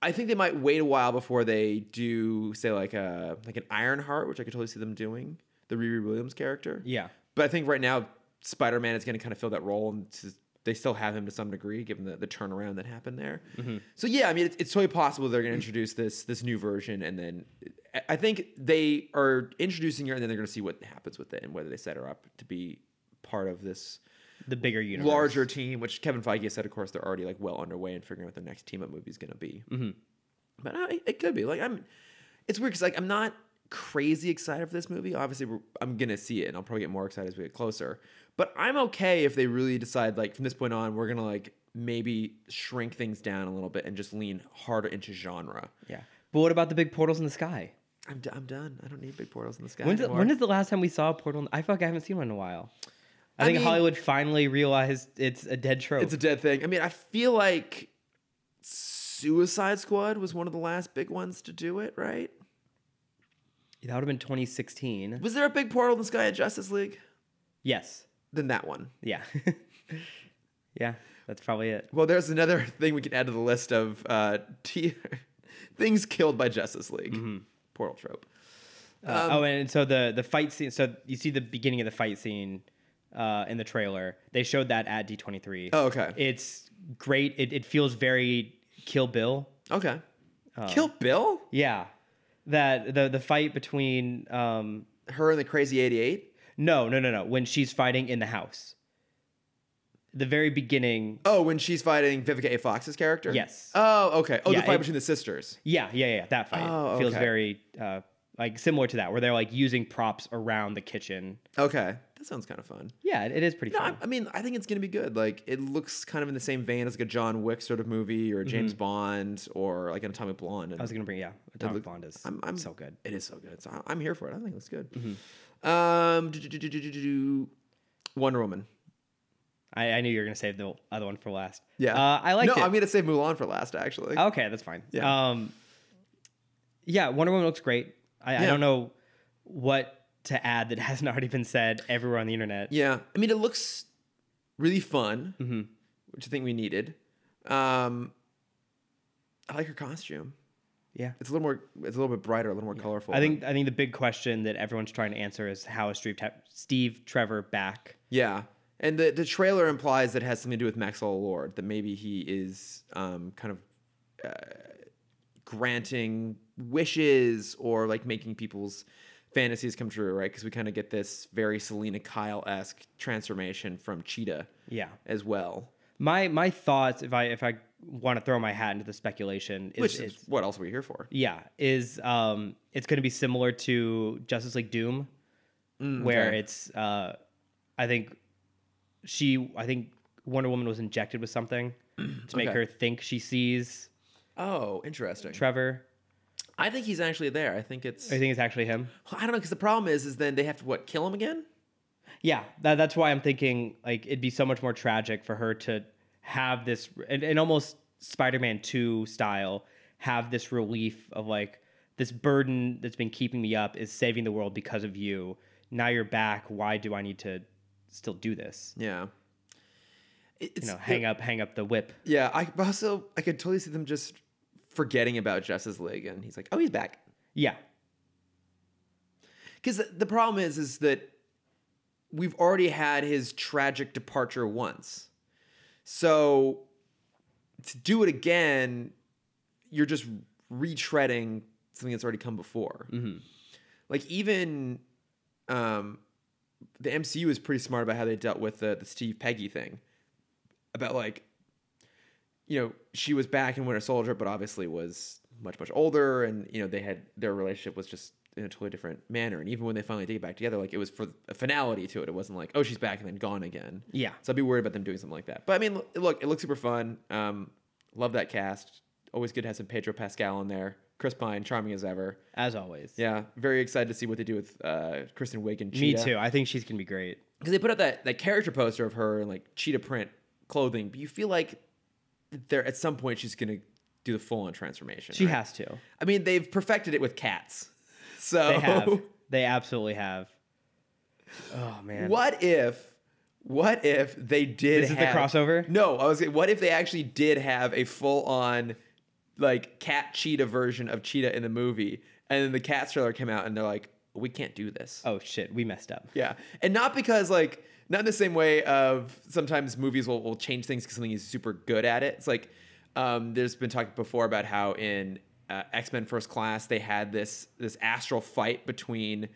A: I think they might wait a while before they do say like a like an Ironheart, which I could totally see them doing the Riri Williams character.
B: Yeah.
A: But I think right now Spider Man is going to kind of fill that role, and to, they still have him to some degree, given the, the turnaround that happened there. So yeah, I mean, it's, it's totally possible they're going to introduce this this new version, and then I- I think they are introducing her, and then they're going to see what happens with it and whether they set her up to be part of this
B: The bigger universe.
A: larger team. Which Kevin Feige said, of course, they're already like well underway in figuring out what their next team up movie is going to be.
B: Mm-hmm.
A: But I, it could be like I'm. It's weird because like I'm not crazy excited for this movie. Obviously, we're, I'm gonna see it, and I'll probably get more excited as we get closer. But I'm okay if they really decide like from this point on, we're gonna like maybe shrink things down a little bit and just lean harder into genre.
B: Yeah. But what about the big portals in the sky?
A: I'm, d- I'm done. I don't need big portals in the sky.
B: When's the,
A: anymore.
B: when is the last time we saw a portal? In the, I feel like I haven't seen one in a while. I,
A: I
B: think
A: mean-
B: Hollywood finally realized it's a dead trope.
A: It's a dead thing. I mean, I feel like Suicide Squad was one of the last big ones to do it, right?
B: that would have been 2016.
A: Was there a big portal in the sky at Justice League?
B: Yes.
A: Then that one.
B: Yeah. yeah. That's probably it.
A: Well, there's another thing we can add to the list of uh, t- things killed by Justice League.
B: Mm-hmm.
A: Portal trope.
B: Uh,
A: Um,
B: oh, and so the the fight scene. So you see the beginning of the fight scene uh, in the trailer. They showed that at D23.
A: Oh, okay.
B: It's great. It, it feels very Kill Bill.
A: okay.
B: uh,
A: Kill Bill?
B: Yeah. That the the fight between um,
A: Her and the crazy 88?
B: no no no no when she's fighting in the house. The very beginning.
A: Oh, when she's fighting Vivica A. Fox's character?
B: Yes.
A: Oh, okay. Oh,
B: Yeah,
A: the fight
B: it-
A: between the sisters.
B: Yeah yeah yeah. That fight
A: Oh,
B: feels
A: okay.
B: very uh, like similar to that where they're like using props around the kitchen.
A: Okay. That sounds kind of fun.
B: Yeah, it, it is pretty.
A: No,
B: fun.
A: I, I mean, I think it's gonna be good. Like, it looks kind of in the same vein as like a John Wick sort of movie,
B: Mm-hmm.
A: or a James Bond, or like an Atomic Blonde. And
B: I was gonna bring yeah. Atomic
A: look-
B: Blonde is
A: I'm- I'm-
B: so good.
A: it is so good. So I- I'm here for it. I think it looks good.
B: Mm-hmm.
A: Um, do- do- do- do- do- do- do. Wonder Woman.
B: I, I knew you were gonna save the other one for last.
A: Yeah,
B: uh, I liked
A: No,
B: it. Oh.
A: I'm gonna save Mulan for last. Actually,
B: okay, that's fine.
A: Yeah.
B: Um, yeah, Wonder Woman looks great. I, I
A: Yeah.
B: don't know what to add that hasn't already been said everywhere on the internet.
A: yeah. I mean, it looks really fun,
B: Mhm.
A: which I think we needed. Um, I like her costume.
B: Yeah.
A: It's a little more. It's a little bit brighter, a little more colorful.
B: I
A: than-
B: think I think the big question that everyone's trying to answer is how is Steve, Te- Steve Trevor back?
A: Yeah. And the, the trailer implies that it has something to do with Maxwell Lord, that maybe he is um, kind of uh, granting wishes or like making people's fantasies come true, right? Because we kind of get this very Selena Kyle esque transformation from Cheetah
B: Yeah.
A: as well.
B: My my thoughts, if I if I want to throw my hat into the speculation, is,
A: Which
B: is
A: is what else are we here for?
B: yeah is um it's going to be similar to justice league doom where
A: Mm, okay.
B: it's uh i think she i think wonder woman was injected with something to make
A: Okay.
B: her think she sees
A: Oh, interesting.
B: trevor
A: I think he's actually there. I think it's.
B: i think it's actually him
A: I don't know, because the problem is, is then they have to, what, kill him again?
B: yeah that, that's why i'm thinking like it'd be so much more tragic for her to have this and, and almost spider-man 2 style have this relief of like this burden that's been keeping me up is saving the world because of you now you're back why do i need to still do this
A: Yeah. It- It's,
B: you know hang up hang up the whip
A: Yeah, I but also I could totally see them just forgetting about Justice League, and he's like, "Oh, he's back."
B: yeah
A: Because the, the problem is, is that we've already had his tragic departure once, so to do it again, you're just retreading something that's already come before. Like even um, the MCU is pretty smart about how they dealt with the the Steve Peggy thing, about like you know, she was back in Winter Soldier, but obviously was much, much older. And, you know, they had their relationship was just in a totally different manner. And even when they finally did get back together, like it was for a finality to it. It wasn't like, oh, she's back and then gone again.
B: yeah
A: So I'd be worried about them doing something like that. But I mean, l- look, it looks super fun. Um, love that cast. Always good to have some Pedro Pascal in there. Chris Pine, charming as ever.
B: as always
A: Yeah, very excited to see what they do with uh, Kristen Wiig and
B: me
A: Cheetah.
B: too i think she's gonna be great
A: Because they put up that, that character poster of her in like cheetah print clothing, but you feel like there at some point she's gonna do the full on transformation.
B: she
A: right?
B: has to
A: I mean, they've perfected it with cats. So
B: they have they absolutely have oh man
A: what if what if they did
B: This is the
A: have-
B: crossover?
A: No, I was saying, what if they actually did have a full on like cat cheetah version of cheetah in the movie, and then the cat trailer came out and they're like, we can't do this.
B: oh shit we messed up
A: Yeah, and not because like not in the same way of sometimes movies will, will change things because something is super good at it. It's like um, there's been talk before about how in uh, X Men First Class they had this this astral fight between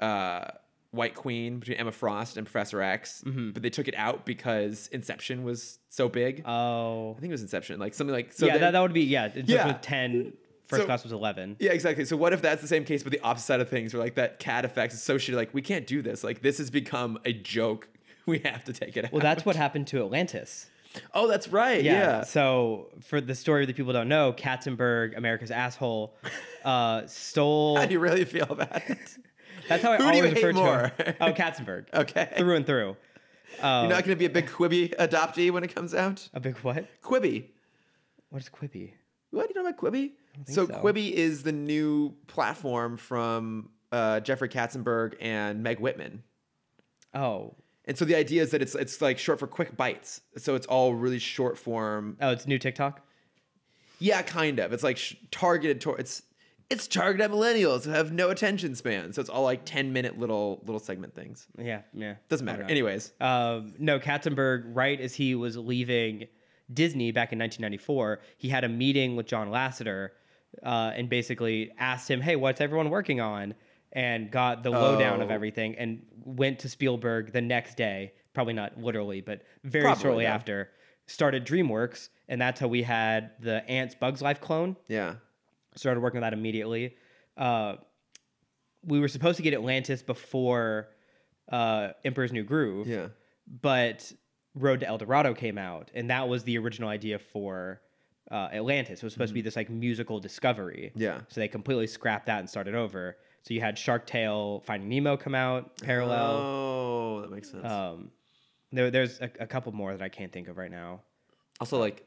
A: uh, White Queen between Emma Frost and Professor X,
B: Mm-hmm.
A: but they took it out because Inception was so big.
B: oh
A: I think it was Inception, like something like so
B: yeah,
A: they-
B: that, that would be yeah. In yeah.
A: Yeah.
B: With 10, first
A: So-
B: class was eleven.
A: Yeah, exactly. So what if that's the same case, but the opposite side of things, where like that cat effect is so shitty, like we can't do this. Like this has become a joke. We have to take it out.
B: Well, that's what happened to Atlantis.
A: Oh, that's right. Yeah.
B: So for the story that people don't know, Katzenberg, America's asshole, uh, stole.
A: How do you really feel about it?
B: that's how I
A: Who do you
B: always
A: hate
B: refer
A: more?
B: to him. Oh, Katzenberg.
A: Okay.
B: Through and through.
A: You're
B: Um,
A: not going to be a big Quibi adoptee when it comes out?
B: a big what?
A: Quibi.
B: What is Quippy?
A: What? You know about Quibi?
B: think
A: So,
B: so.
A: Quibi is the new platform from uh, Jeffrey Katzenberg and Meg Whitman.
B: Oh,
A: And so the idea is that it's it's like short for quick bites. So it's all really short form.
B: oh, it's new TikTok.
A: Yeah, kind of. It's like sh- targeted toward it's it's targeted at millennials who have no attention span. So it's all like 10 minute little little segment things.
B: Yeah, yeah.
A: Doesn't
B: I
A: matter.
B: don't know.
A: Anyways,
B: Um, no, Katzenberg, right as he was leaving Disney back in 1994, he had a meeting with John Lasseter uh, and basically asked him, Hey, what's everyone working on? And got the lowdown of
A: Oh.
B: everything and went to Spielberg the next day, probably not literally, but very
A: Probably,
B: shortly
A: yeah.
B: after, started DreamWorks. And that's how we had the Ants Bugs Life clone
A: yeah.
B: started working on that immediately. Uh, we were supposed to get Atlantis before uh, Emperor's New Groove,
A: Yeah.
B: but Road to El Dorado came out, and that was the original idea for uh, Atlantis. It was supposed to be this like musical discovery.
A: Mm-hmm. Yeah.
B: So they completely scrapped that and started over. So you had Shark Tale, Finding Nemo come out parallel.
A: Oh, that makes sense.
B: Um, there, there's a, a couple more that I can't think of right now.
A: also like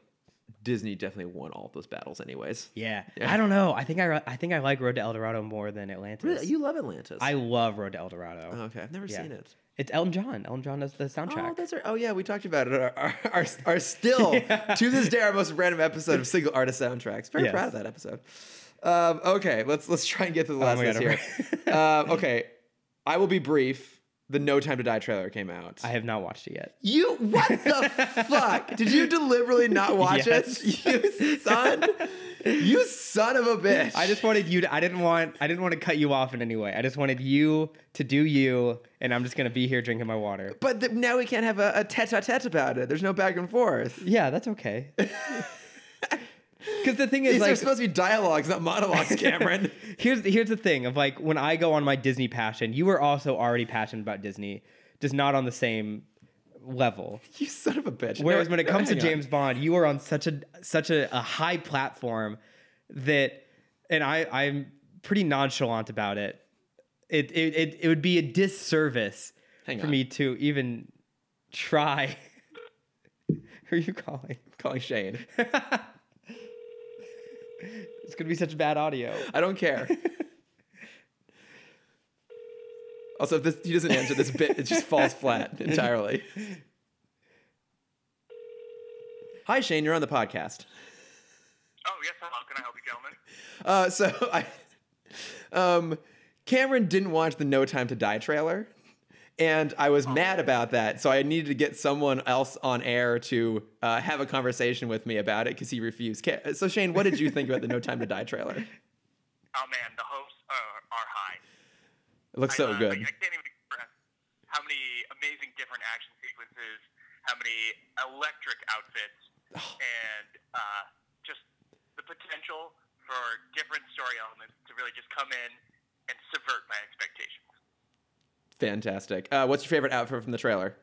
A: Disney definitely won all of those battles anyways.
B: Yeah.
A: Yeah.
B: I don't know. I think I re- I think I like Road to El Dorado more than Atlantis.
A: Really? You love Atlantis.
B: I love Road to El Dorado.
A: Oh, okay, I've never
B: Yeah.
A: seen it.
B: It's Elton John. Elton John does the
A: Oh,
B: soundtrack.
A: that's our, oh yeah, we talked about it. Our, our, our, our still
B: Yeah.
A: to this day our most random episode of single artist soundtracks. Very
B: Yes.
A: proud of that episode. Um, okay, let's let's try and get to the
B: Oh
A: last
B: my
A: list
B: God,
A: here. um, okay, I will be brief. The No Time to Die trailer came out.
B: I have not watched it yet.
A: you what the fuck? Did you deliberately not watch
B: Yes.
A: it? You son, you son of a bitch!
B: I just wanted you to. I didn't want. I didn't want to cut you off in any way. I just wanted you to do you, and I'm just gonna be here drinking my water.
A: But th- now we can't have a, a tete-a-tete about it. There's no back and forth.
B: Yeah, that's okay. Because the thing
A: These
B: is,
A: are
B: like,
A: supposed to be dialogues, not monologues, Cameron.
B: here's here's the thing of like when I go on my Disney passion, you were also already passionate about Disney, just not on the same level.
A: you son of a bitch.
B: Whereas
A: No,
B: when it
A: no,
B: comes to
A: hang on.
B: James Bond, you are on such a such a, a high platform that, and I I'm pretty nonchalant about it. It it it, it would be a disservice
A: Hang
B: for
A: on.
B: me to even try. Who are you calling?
A: I'm calling Shane.
B: it's gonna be such bad audio.
A: I don't care. also, if this, he doesn't answer this bit, it just falls flat entirely. Hi, Shane. You're on the podcast.
C: Oh, yes, hello. Can I help you, gentlemen?
A: Uh, so I, um, Cameron didn't watch the No Time to Die trailer, and I was mad about that. So I needed to get someone else on air to uh, have a conversation with me about it because he refused. Ca- uh, So Shane, what did you think about the No Time to Die trailer? It
C: Oh, man, the hopes are, are high.
A: looks so
C: I, uh,
A: good.
C: I, I can't even express how many amazing different action sequences, how many electric outfits, and uh, just the potential for different story elements to really just come in and subvert my expectations.
A: Fantastic. Uh, what's your favorite outfit from the trailer?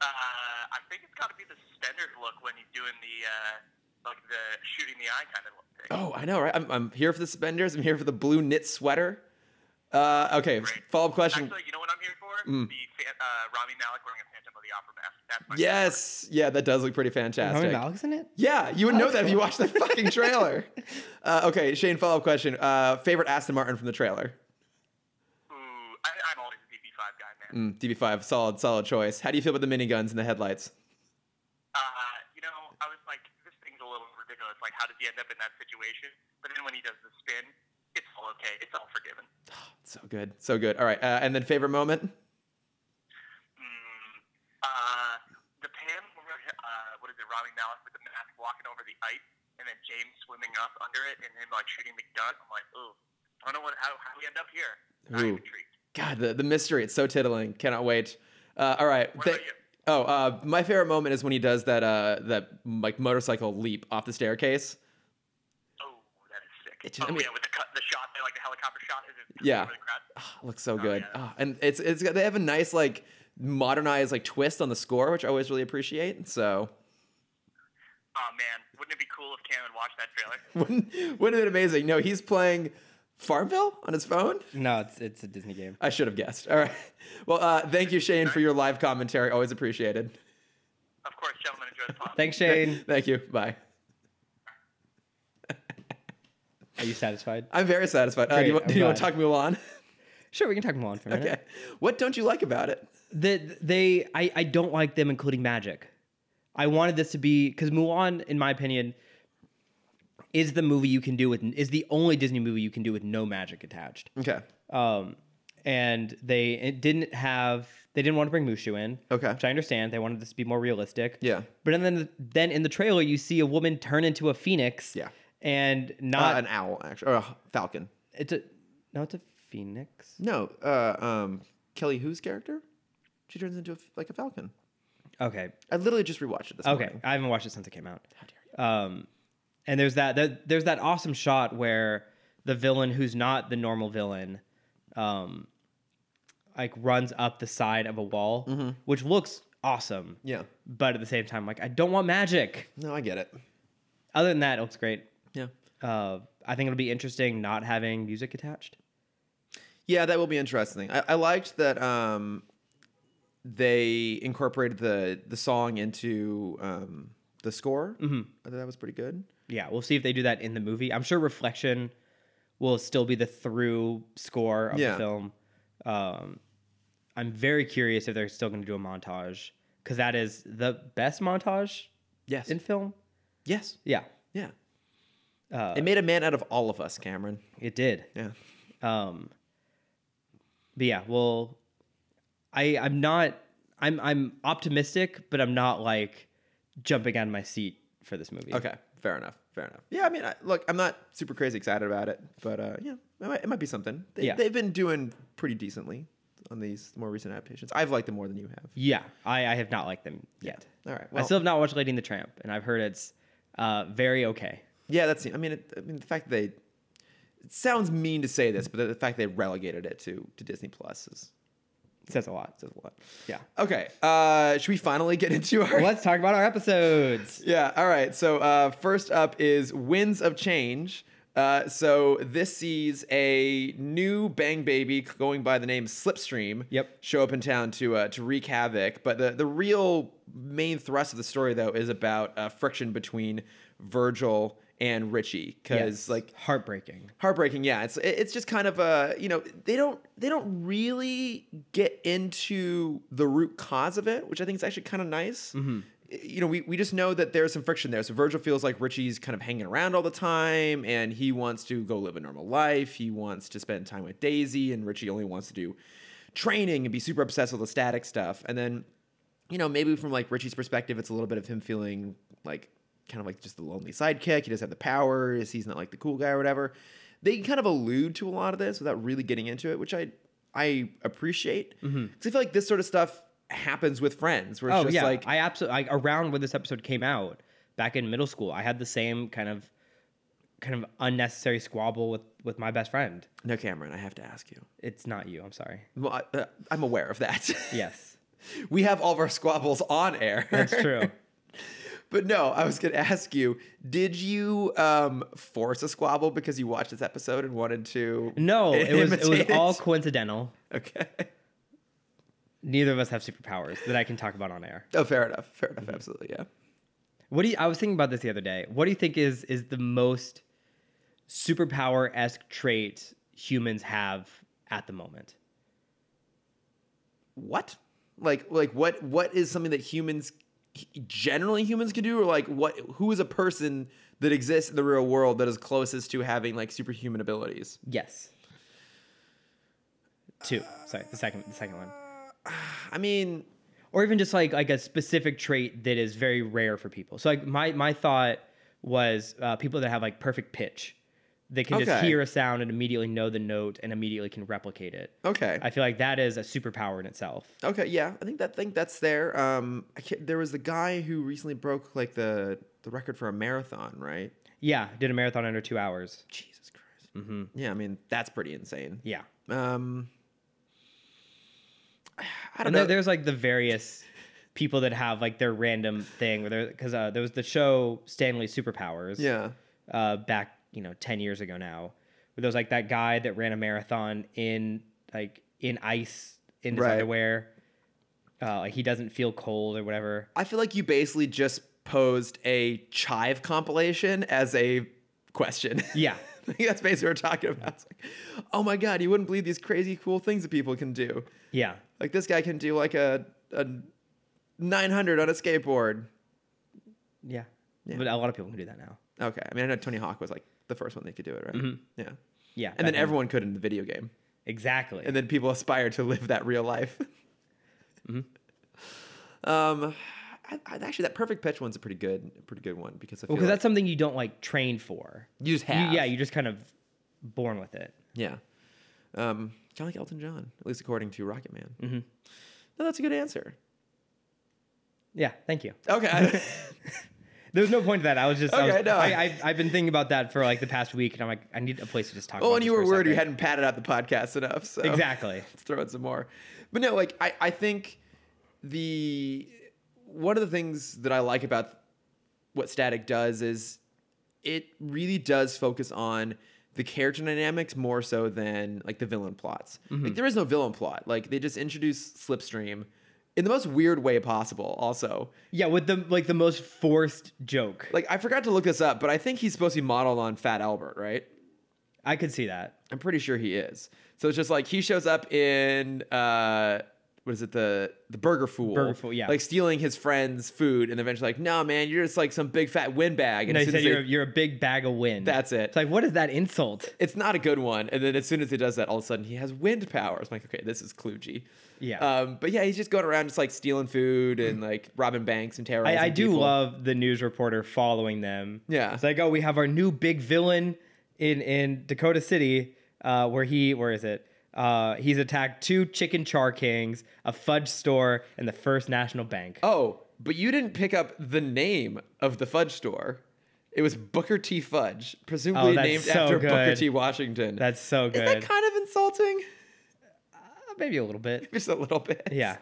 C: Uh, I think it's got to be the standard look when you're doing the uh, like the shooting the eye kind of look thing.
A: Oh, I know, right? I'm, I'm here for the suspenders. I'm here for the blue knit sweater. Uh, okay,
C: Great.
A: follow up question.
C: Actually, you know what I'm here for?
A: Mm.
C: The fan- uh, Rami Malek wearing a Phantom of the Opera mask. That's my
A: Yes, yeah, that does look pretty fantastic.
B: Rami Malek's in it.
A: Yeah, you would know
B: that's
A: that if you
B: cool.
A: watched the fucking trailer. uh, okay, Shane, follow up question. Uh, favorite Aston Martin from the trailer?
C: Ooh, I, I'm always a DB5 guy, man.
A: Mm, DB5, solid, solid choice. How do you feel about the miniguns and the headlights?
C: Uh, you know, I was like, this thing's a little ridiculous. Like, how did he end up in that situation? But then when he does the spin, it's all okay. It's all forgiven.
A: So good, so good. All right, uh, and then favorite moment?
C: Mm, uh, the panel where, uh, what is it, Rami Malek with the mask walking over the ice, and then James swimming up under it, and him like shooting the gun. I'm like, ooh, I don't know what, how, how we end up here.
A: Ooh.
C: I'm intrigued.
A: God, the, the mystery, it's so tittling. Cannot wait. Uh, all right.
C: What
A: tha-
C: about you?
A: oh, uh, my favorite moment is when he does that uh, that like motorcycle leap off the staircase.
C: Oh, that is sick.
A: It just-
C: oh,
A: I mean-
C: yeah, with the, cut, the shot, there, like the helicopter shot. Is it
A: Yeah.
C: Over the crowd?
A: Ah, looks so good.
C: yeah.
A: Ah, and it's it's got- they have a nice like modernized like twist on the score, which I always really appreciate. So
C: Oh man, wouldn't it be cool if Cameron watched that trailer?
A: wouldn't wouldn't it be amazing? No, he's playing Farmville on his phone.
B: No, it's it's a Disney game.
A: I should have guessed. All right. Well, uh, thank you, Shane, for your live commentary. Always appreciated.
C: Of course, gentlemen, enjoy the podcast.
B: Thanks, Shane.
A: Thank you. Bye.
B: Are you satisfied?
A: I'm very satisfied. Uh, do you,
B: Great,
A: want-
B: I'm
A: do you want to
B: glad.
A: talk Mulan?
B: Sure, we can talk more on for a minute.
A: okay. What don't you like about it?
B: The, they, I, I don't like them including magic. I wanted this to be because Mulan, in my opinion, is the movie you can do with is the only Disney movie you can do with no magic attached.
A: Okay.
B: Um, and they it didn't have they didn't want to bring Mushu in.
A: Okay.
B: which I understand. They wanted this to be more realistic.
A: Yeah.
B: But then then in the trailer you see a woman turn into a phoenix.
A: Yeah.
B: And
A: Uh,
B: not
A: an owl, actually, or a falcon.
B: it's a no it's a phoenix.
A: No, uh, um, Kelly Who's character? She turns into a, f- like a falcon.
B: Okay.
A: I literally just rewatched it this
B: Okay.
A: morning.
B: I haven't watched it since it came out. Um, and there's that, there- there's that awesome shot where the villain who's not the normal villain, um, like runs up the side of a wall, which looks awesome.
A: Yeah.
B: But at the same time, like I don't want magic.
A: No, I get it.
B: Other than that, it looks great.
A: Yeah.
B: Uh, I think it'll be interesting not having music attached.
A: Yeah, that will be interesting. I, I liked that um, they incorporated the the song into um, the score. Mm-hmm. I thought that was pretty good.
B: Yeah, we'll see if they do that in the movie. I'm sure Reflection will still be the through score of
A: Yeah.
B: the film. Um, I'm very curious if they're still going to do a montage because that is the best montage
A: Yes.
B: in film.
A: yes.
B: Yeah,
A: Yeah.
B: Uh,
A: it made a man out of all of us, Cameron.
B: it did.
A: Yeah.
B: Um, but yeah, well, I I'm not I'm I'm optimistic, but I'm not like jumping on my seat for this movie.
A: Okay. Fair enough. Fair enough. Yeah. I mean, I, look, I'm not super crazy excited about it, but uh, yeah, it might, it might be something. They,
B: Yeah.
A: They've been doing pretty decently on these more recent adaptations. I've liked them more than you have.
B: Yeah, I, I have not liked them yet.
A: All right.
B: I
A: Well,
B: still have not watched Lady and the Tramp, and I've heard it's uh, very okay.
A: yeah. That's. I mean, it, I mean, the fact that they. It sounds mean to say this, but the fact they relegated it to to Disney Plus is
B: says a lot.
A: says a lot.
B: Yeah.
A: Okay. Uh, should we finally get into our?
B: Let's talk about our episodes.
A: Yeah. All right. So uh, first up is Winds of Change. Uh, so this sees a new Bang Baby going by the name Slipstream.
B: Yep.
A: Show up in town to uh, to wreak havoc. But the the real main thrust of the story though is about uh, friction between Virgil and Richie because
B: Yes.
A: like
B: heartbreaking.
A: heartbreaking yeah it's it- it's just kind of a you know they don't they don't really get into the root cause of it which i think is actually kind of nice you know we, we just know that there's some friction there so virgil feels like richie's kind of hanging around all the time and he wants to go live a normal life he wants to spend time with daisy and richie only wants to do training and be super obsessed with the static stuff and then you know, maybe from like Richie's perspective, it's a little bit of him feeling like kind of like just the lonely sidekick. He doesn't have the powers. He's not like the cool guy or whatever. They kind of allude to a lot of this without really getting into it, which I I appreciate because I feel like this sort of stuff happens with friends. Where it's
B: Mm-hmm. Oh
A: just
B: yeah,
A: like
B: I absolutely like around when this episode came out back in middle school. I had the same kind of kind of unnecessary squabble with with my best friend.
A: no, Cameron, I have to ask you.
B: It's not you. I'm sorry.
A: Well, I, uh, I'm aware of that.
B: Yes,
A: we have all of our squabbles on air.
B: that's true.
A: But no, I was going to ask you: Did you um, force a squabble because you watched this episode and wanted to?
B: No, it was it was
A: imitate
B: all coincidental.
A: okay.
B: Neither of us have superpowers that I can talk about on air.
A: Oh, fair enough. Fair
B: Mm-hmm.
A: enough. Absolutely. Yeah.
B: What do you, I was thinking about this the other day. What do you think is is the most superpower esque trait humans have at the moment?
A: What? Like, like what? What is something that humans, generally humans, can do, or like what? Who is a person that exists in the real world that is closest to having like superhuman abilities?
B: Yes. Two. Sorry, the second the second one.
A: I mean,
B: Or even just like like a specific trait that is very rare for people. So like my my thought was uh, people that have like perfect pitch. They can just
A: Okay.
B: hear a sound and immediately know the note and immediately can replicate it.
A: okay,
B: I feel like that is a superpower in itself.
A: okay, yeah. I think that think that's there. Um, I can't, there was the guy who recently broke like the the record for a marathon, right?
B: Yeah, did a marathon under two hours.
A: Jesus Christ.
B: Mm-hmm.
A: Yeah, I mean that's pretty insane.
B: Yeah.
A: Um, I don't
B: and
A: know.
B: there- there's like the various people that have like their random thing where there because uh, there was the show Stanley Superpowers.
A: yeah.
B: uh, back you know 10 years ago now where there was like that guy that ran a marathon in like in ice in his
A: Right.
B: underwear uh, like he doesn't feel cold or whatever
A: I feel like you basically just posed a chive compilation as a question.
B: yeah
A: I think that's basically what we're talking about. It's like, oh my god, you wouldn't believe these crazy cool things that people can do.
B: yeah
A: Like this guy can do like a a 900 on a skateboard.
B: yeah,
A: Yeah.
B: but a lot of people can do that now
A: Okay, I mean I know Tony Hawk was like the first one that could do it, right?
B: Mm-hmm.
A: Yeah. And
B: yeah
A: then
B: back in-
A: everyone could in the video game,
B: exactly
A: and then people aspire to live that real life.
B: Mm-hmm.
A: Um, I, I, actually, that perfect pitch one's a pretty good, pretty good one because I feel
B: because
A: like
B: that's something you don't like train for
A: you just
B: You-
A: have,
B: yeah you're just kind of born with it
A: Yeah. Um, kind of like Elton John, at least according to Rocket Man. Mm-hmm. No, that's a good answer.
B: yeah thank you
A: Okay.
B: there was no point to that i was just I
A: Okay,
B: was,
A: no.
B: I, I, i've been thinking about that for like the past week and i'm like i need a place to just talk
A: oh,
B: about
A: and you
B: this
A: were
B: for a
A: worried you
B: second.
A: hadn't padded out the podcast enough. So
B: exactly
A: let's throw in some more. But no, like I, I think the one of the things that I like about what static does is it really does focus on the character dynamics more so than like the villain plots. Like there is no villain plot. Like they just introduce Slipstream in the most weird way possible. Also,
B: Yeah, with the like the most forced joke.
A: like I forgot to look this up, but I think he's supposed to be modeled on Fat Albert, right?
B: I could see that.
A: I'm pretty sure he is. So it's just like he shows up in uh what is it the the burger fool?
B: Burger Fool, yeah.
A: Like stealing his friend's food and eventually like, "No, man, you're just like some big fat windbag." And
B: No,
A: as soon
B: he said
A: as they-
B: you're, you're a big bag of wind.
A: That's it.
B: It's like what is that insult?
A: it's not a good one. And then as soon as he does that, all of a sudden he has wind powers. I'm like, "Okay, this is kludgy.
B: Yeah.
A: Um, but yeah, he's just going around just like stealing food and like robbing banks and terrorizing
B: I, I do
A: people.
B: love the news reporter following them.
A: Yeah.
B: It's like, oh, we have our new big villain in in Dakota City, uh, where he where is it? Uh, he's attacked two chicken char kings, a fudge store, and the First National Bank.
A: Oh, but you didn't pick up the name of the fudge store. It was Booker T. Fudge, presumably
B: Oh, that's
A: named
B: so
A: after Booker
B: good.
A: T. Washington.
B: That's so
A: Is
B: good.
A: that kind of insulting?
B: Uh, maybe a little bit.
A: Just a little bit.
B: Yeah.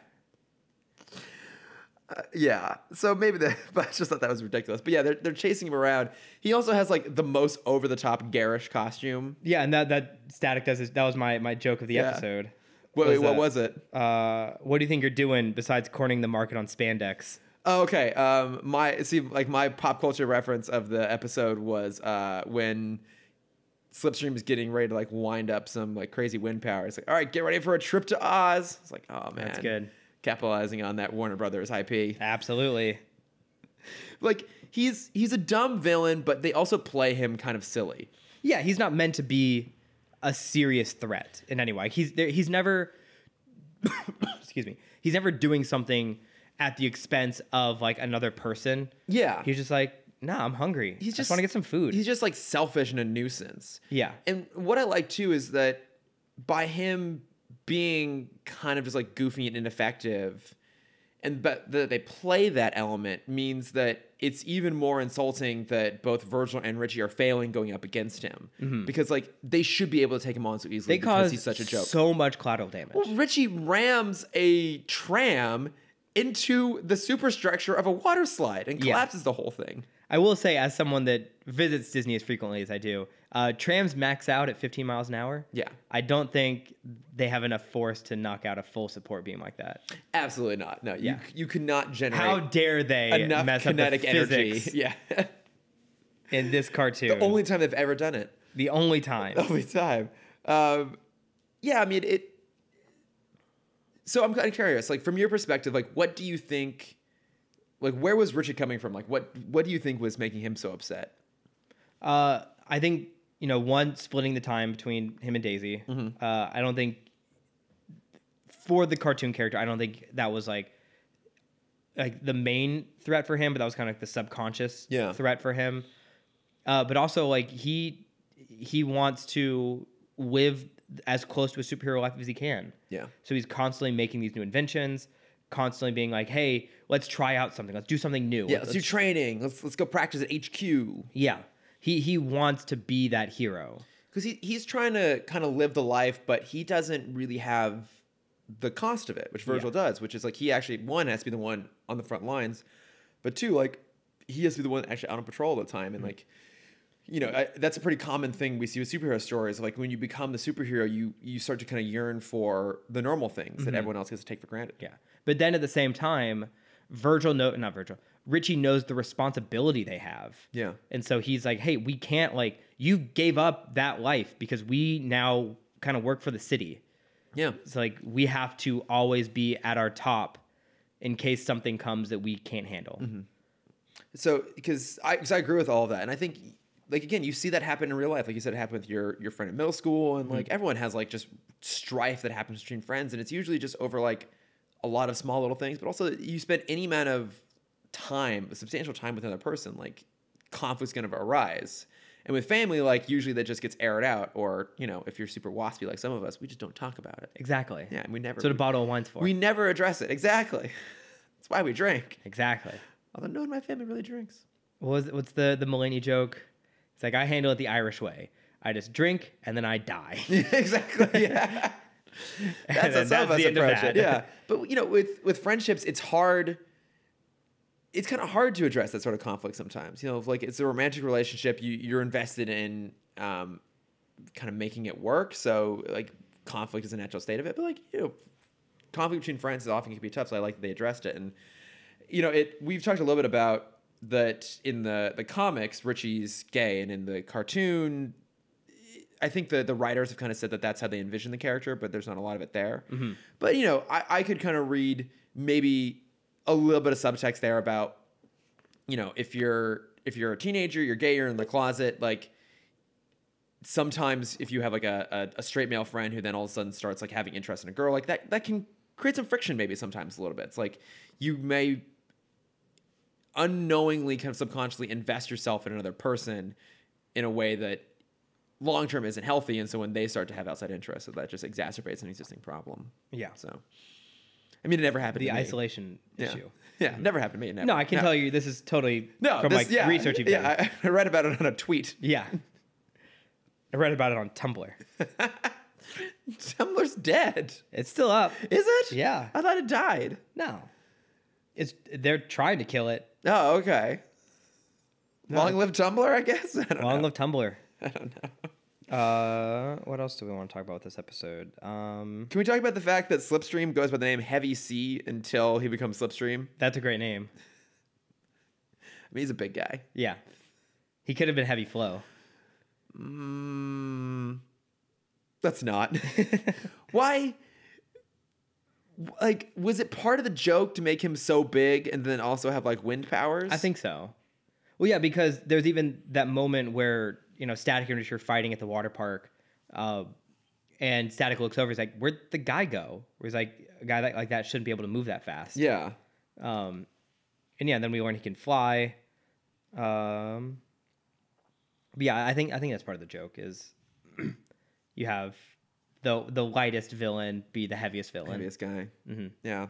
A: Yeah. So maybe the but I just thought that was ridiculous. But yeah, they're they're chasing him around. He also has like the most over the top garish costume.
B: Yeah, and that that static does is that was my my joke of the
A: Yeah.
B: episode.
A: Wait, wait, what
B: that?
A: was it?
B: uh, what do you think you're doing besides cornering the market on spandex?
A: Oh, okay. Um, my see, like my pop culture reference of the episode was uh when Slipstream is getting ready to like wind up some like crazy wind power. It's like, all right, get ready for a trip to Oz. It's like, oh man,
B: That's good.
A: Capitalizing on that Warner Brothers IP.
B: Absolutely.
A: Like he's he's a dumb villain, but they also play him kind of silly.
B: Yeah, he's not meant to be a serious threat in any way. He's there, he's never excuse me. He's never doing something at the expense of like another person.
A: Yeah,
B: He's just like, nah, I'm hungry.
A: He's
B: He's
A: just-
B: just want to get some food.
A: he's just like selfish and a nuisance.
B: yeah.
A: And what I like too is that by him being kind of just like goofy and ineffective, and but that they play that element means that it's even more insulting that both Virgil and Richie are failing going up against him because like they should be able to take him on so easily
B: Mm-hmm. They
A: because
B: cause
A: he's such a joke.
B: so much collateral damage.
A: Well, Richie rams a tram into the superstructure of a water slide and
B: Yeah.
A: collapses the whole thing.
B: I will say, as someone that visits Disney as frequently as I do, uh, trams max out at 15 miles an hour.
A: Yeah.
B: I don't think they have enough force to knock out a full support beam like that.
A: Absolutely not. No, you
B: Yeah.
A: you could not generate
B: How dare they
A: enough
B: mess
A: kinetic
B: up the
A: energy.
B: physics
A: Yeah.
B: in this cartoon?
A: the only time they've ever done it.
B: time.
A: The only time. Um, yeah, I mean it. So I'm kind of curious, like from your perspective, like what do you think? Like where was Richie coming from? Like what what do you think was making him so upset?
B: Uh, I think you know one splitting the time between him and Daisy.
A: Mm-hmm.
B: Uh, I don't think for the cartoon character, I don't think that was like like the main threat for him, but that was kind of like the subconscious
A: Yeah.
B: threat for him. Uh, but also like he he wants to live as close to a superhero life as he can.
A: Yeah.
B: So he's constantly making these new inventions, constantly being like, "Hey, let's try out something. Let's do something new.
A: Yeah, let's do training. Let's let's go practice at HQ.
B: Yeah. He he wants to be that hero.
A: because he, he's trying to kind of live the life, but he doesn't really have the cost of it, which Virgil does, which is like he actually one has to be the one on the front lines, but two like he has to be the one actually out on patrol all the time and like you know I, that's a pretty common thing we see with superhero stories like when you become the superhero you you start to kind of yearn for the normal things that everyone else gets to take for granted
B: Yeah. But then at the same time, Virgil no not Virgil. Richie knows the responsibility they have.
A: Yeah.
B: And so he's like, "Hey, we can't like you gave up that life because we now kind of work for the city.
A: yeah
B: It's like we have to always be at our top in case something comes that we can't handle."
A: Mm-hmm. so because I, 'cause I agree with all of that and i think like again you see that happen in real life like you said it happened with your your friend at middle school and like everyone has like just strife that happens between friends and it's usually just over like a lot of small little things but also you spend any amount of time substantial time with another person like conflict's going to arise and with family like usually that just gets aired out or you know if you're super waspy like some of us we just don't talk about it
B: Exactly.
A: yeah and we never
B: That's what a bottle of wine's for.
A: we never address it exactly that's why we drink
B: exactly.
A: although no one in my family really drinks
B: What was, what's the the Mulaney joke? It's like I handle it the Irish way. I just drink and then I die.
A: Yeah, exactly. Yeah.
B: And
A: That's how
B: then
A: some of
B: that's
A: us
B: the end of
A: approach it.
B: that.
A: Yeah. But you know, with with friendships, it's hard. It's kind of hard to address that sort of conflict sometimes. You know, if, like it's a romantic relationship, you you're invested in um, kind of making it work. So like conflict is a natural state of it. But like you know, conflict between friends is often can be tough. So I like that they addressed it. And you know, it we've talked a little bit about that in the the comics, Richie's gay, and in the cartoon, I think the the writers have kind of said that that's how they envision the character, but there's not a lot of it there. But you know, I, I could kind of read maybe a little bit of subtext there about you know if you're if you're a teenager, you're gay, you're in the closet, like. Sometimes, if you have like a, a, a straight male friend who then all of a sudden starts like having interest in a girl, like that, that can create some friction maybe sometimes a little bit. It's like you may unknowingly, kind of subconsciously invest yourself in another person in a way that long term isn't healthy. And so when they start to have outside interests, so that just exacerbates an existing problem.
B: Yeah.
A: So, I mean, it never happened
B: The
A: to me.
B: isolation
A: yeah.
B: issue.
A: Yeah, never happened to me. Never.
B: No, I can tell you this is totally
A: No,
B: from
A: this-
B: like
A: yeah,
B: research you've done.
A: Yeah, I, I read about it on a tweet.
B: Yeah. I read about it on Tumblr.
A: Tumblr's dead.
B: It's still up.
A: Is it?
B: Yeah.
A: I thought it died.
B: No. It's they're trying to kill it.
A: Oh, okay. Long live Tumblr, I guess. I don't
B: Long
A: know.
B: live Tumblr.
A: I don't know.
B: Uh, what else do we want to talk about with this episode? Um,
A: Can we talk about the fact that Slipstream goes by the name Heavy C until he becomes Slipstream?
B: that's a great name.
A: I mean, he's a big guy.
B: Yeah. He could have been Heavy Flow.
A: Mm, that's not. Why? Like, was it part of the joke to make him so big and then also have like wind powers?
B: I think so. Well, yeah, because there's even that moment where you know Static and Richie are fighting at the water park, uh, and Static looks over. He's like, "Where'd the guy go?" Where he's like, "A guy that, like that shouldn't be able to move that fast."
A: Yeah.
B: Um, and yeah, then we learn he can fly. Um, but yeah, I think I think that's part of the joke is you have the the lightest villain be the heaviest villain.
A: Heaviest guy.
B: Mhm.
A: Yeah.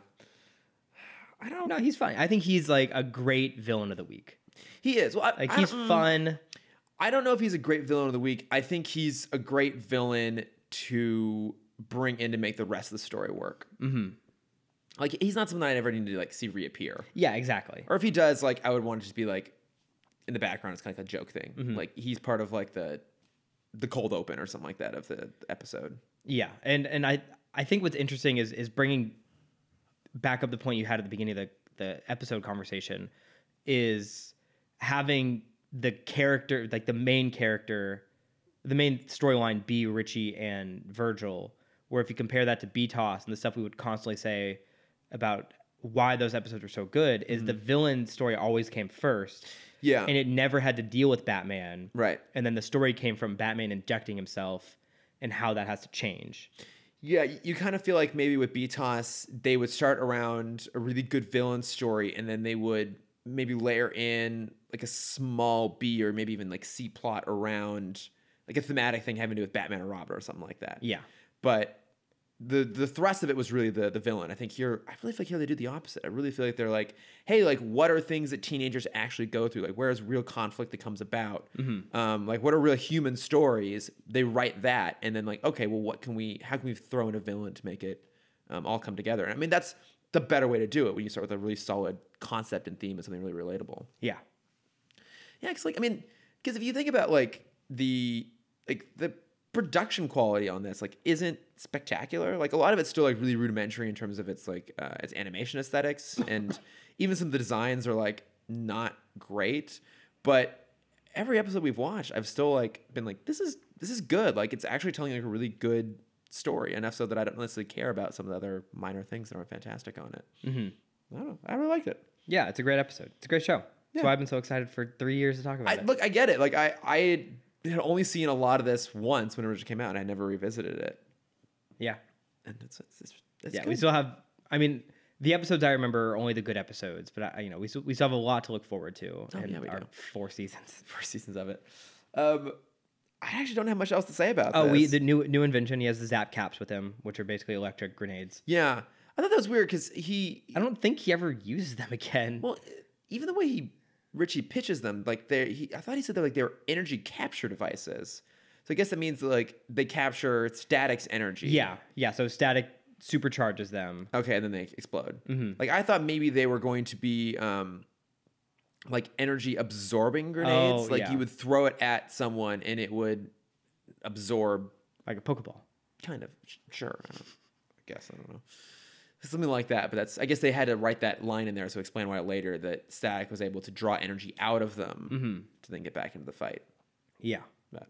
A: I don't know.
B: No, he's fine. I think he's like a great villain of the week.
A: He is. Well, I,
B: Like
A: I
B: he's
A: don't-
B: fun.
A: I don't know if he's a great villain of the week. I think he's a great villain to bring in to make the rest of the story work.
B: hmm
A: Like, he's not something I ever need to like see reappear.
B: Yeah, exactly.
A: or if he does like i would want to just be like in the background it's kind of like a joke thing like he's part of like the the cold open or something like that of the episode
B: Yeah, and and I I think what's interesting is is bringing back up the point you had at the beginning of the the episode conversation is having the character like the main character, the main storyline be Richie and Virgil. Where if you compare that to BTOS and the stuff we would constantly say about why those episodes were so good is the villain story always came first
A: yeah
B: and it never had to deal with Batman.
A: right
B: And then the story came from Batman injecting himself and how that has to change.
A: yeah y- you kind of feel like maybe with btos they would start around a really good villain story and then they would maybe layer in like a small b or maybe even like c plot around like a thematic thing having to do with batman or robin or something like that
B: Yeah.
A: but the the thrust of it was really the the villain. I think here I really feel like here they do the opposite. I really feel like they're like, hey, like what are things that teenagers actually go through? Like where is real conflict that comes about? Um, like what are real human stories? They write that and then like, okay, well, what can we? How can we throw in a villain to make it um, all come together. And I mean, that's the better way to do it when you start with a really solid concept and theme and something really relatable.
B: Yeah.
A: Yeah, because like I mean, because if you think about like the like the production quality on this like isn't spectacular. Like a lot of it's still like really rudimentary in terms of its like uh, its animation aesthetics, and even some of the designs are like not great. But every episode we've watched, I've still like been like this is this is good. Like it's actually telling like a really good story enough so that I don't necessarily care about some of the other minor things that aren't fantastic on it. Mm-hmm. I don't know. I really liked it.
B: Yeah, it's a great episode. It's a great show.
A: Yeah.
B: That's why I've been so excited for three years to talk about
A: I,
B: it.
A: look, I get it. Like I, I had only seen a lot of this once when it originally came out, and I never revisited it.
B: yeah.
A: And it's it's, it's, it's
B: yeah.
A: good.
B: We still have, I mean, the episodes I remember are only the good episodes, but I, you know, we still, we still have a lot to look forward to in
A: Oh, yeah, we
B: our
A: do.
B: four seasons.
A: four seasons of it. Um, I actually don't have much else to say about.
B: Oh, we
A: this.
B: the new new invention. He has the zap caps with him, which are basically electric grenades.
A: yeah. I thought that was weird because he
B: I don't think he ever uses them again.
A: well, even the way he Richie pitches them, like they, he, I thought he said they're like they were energy capture devices. So I guess that means like they capture static's energy.
B: yeah, yeah. So static supercharges them. Mm-hmm,
A: Okay, and then they explode. Like I thought maybe they were going to be um like energy absorbing grenades.
B: Oh,
A: like
B: yeah.
A: you would throw it at someone and it would absorb
B: like a pokeball.
A: kind of sh- sure. I, don't, I guess I don't know. Something like that, but that's I guess they had to write that line in there so explain why later that static was able to draw energy out of them
B: Mm-hmm.
A: to then get back into the fight.
B: Yeah,
A: But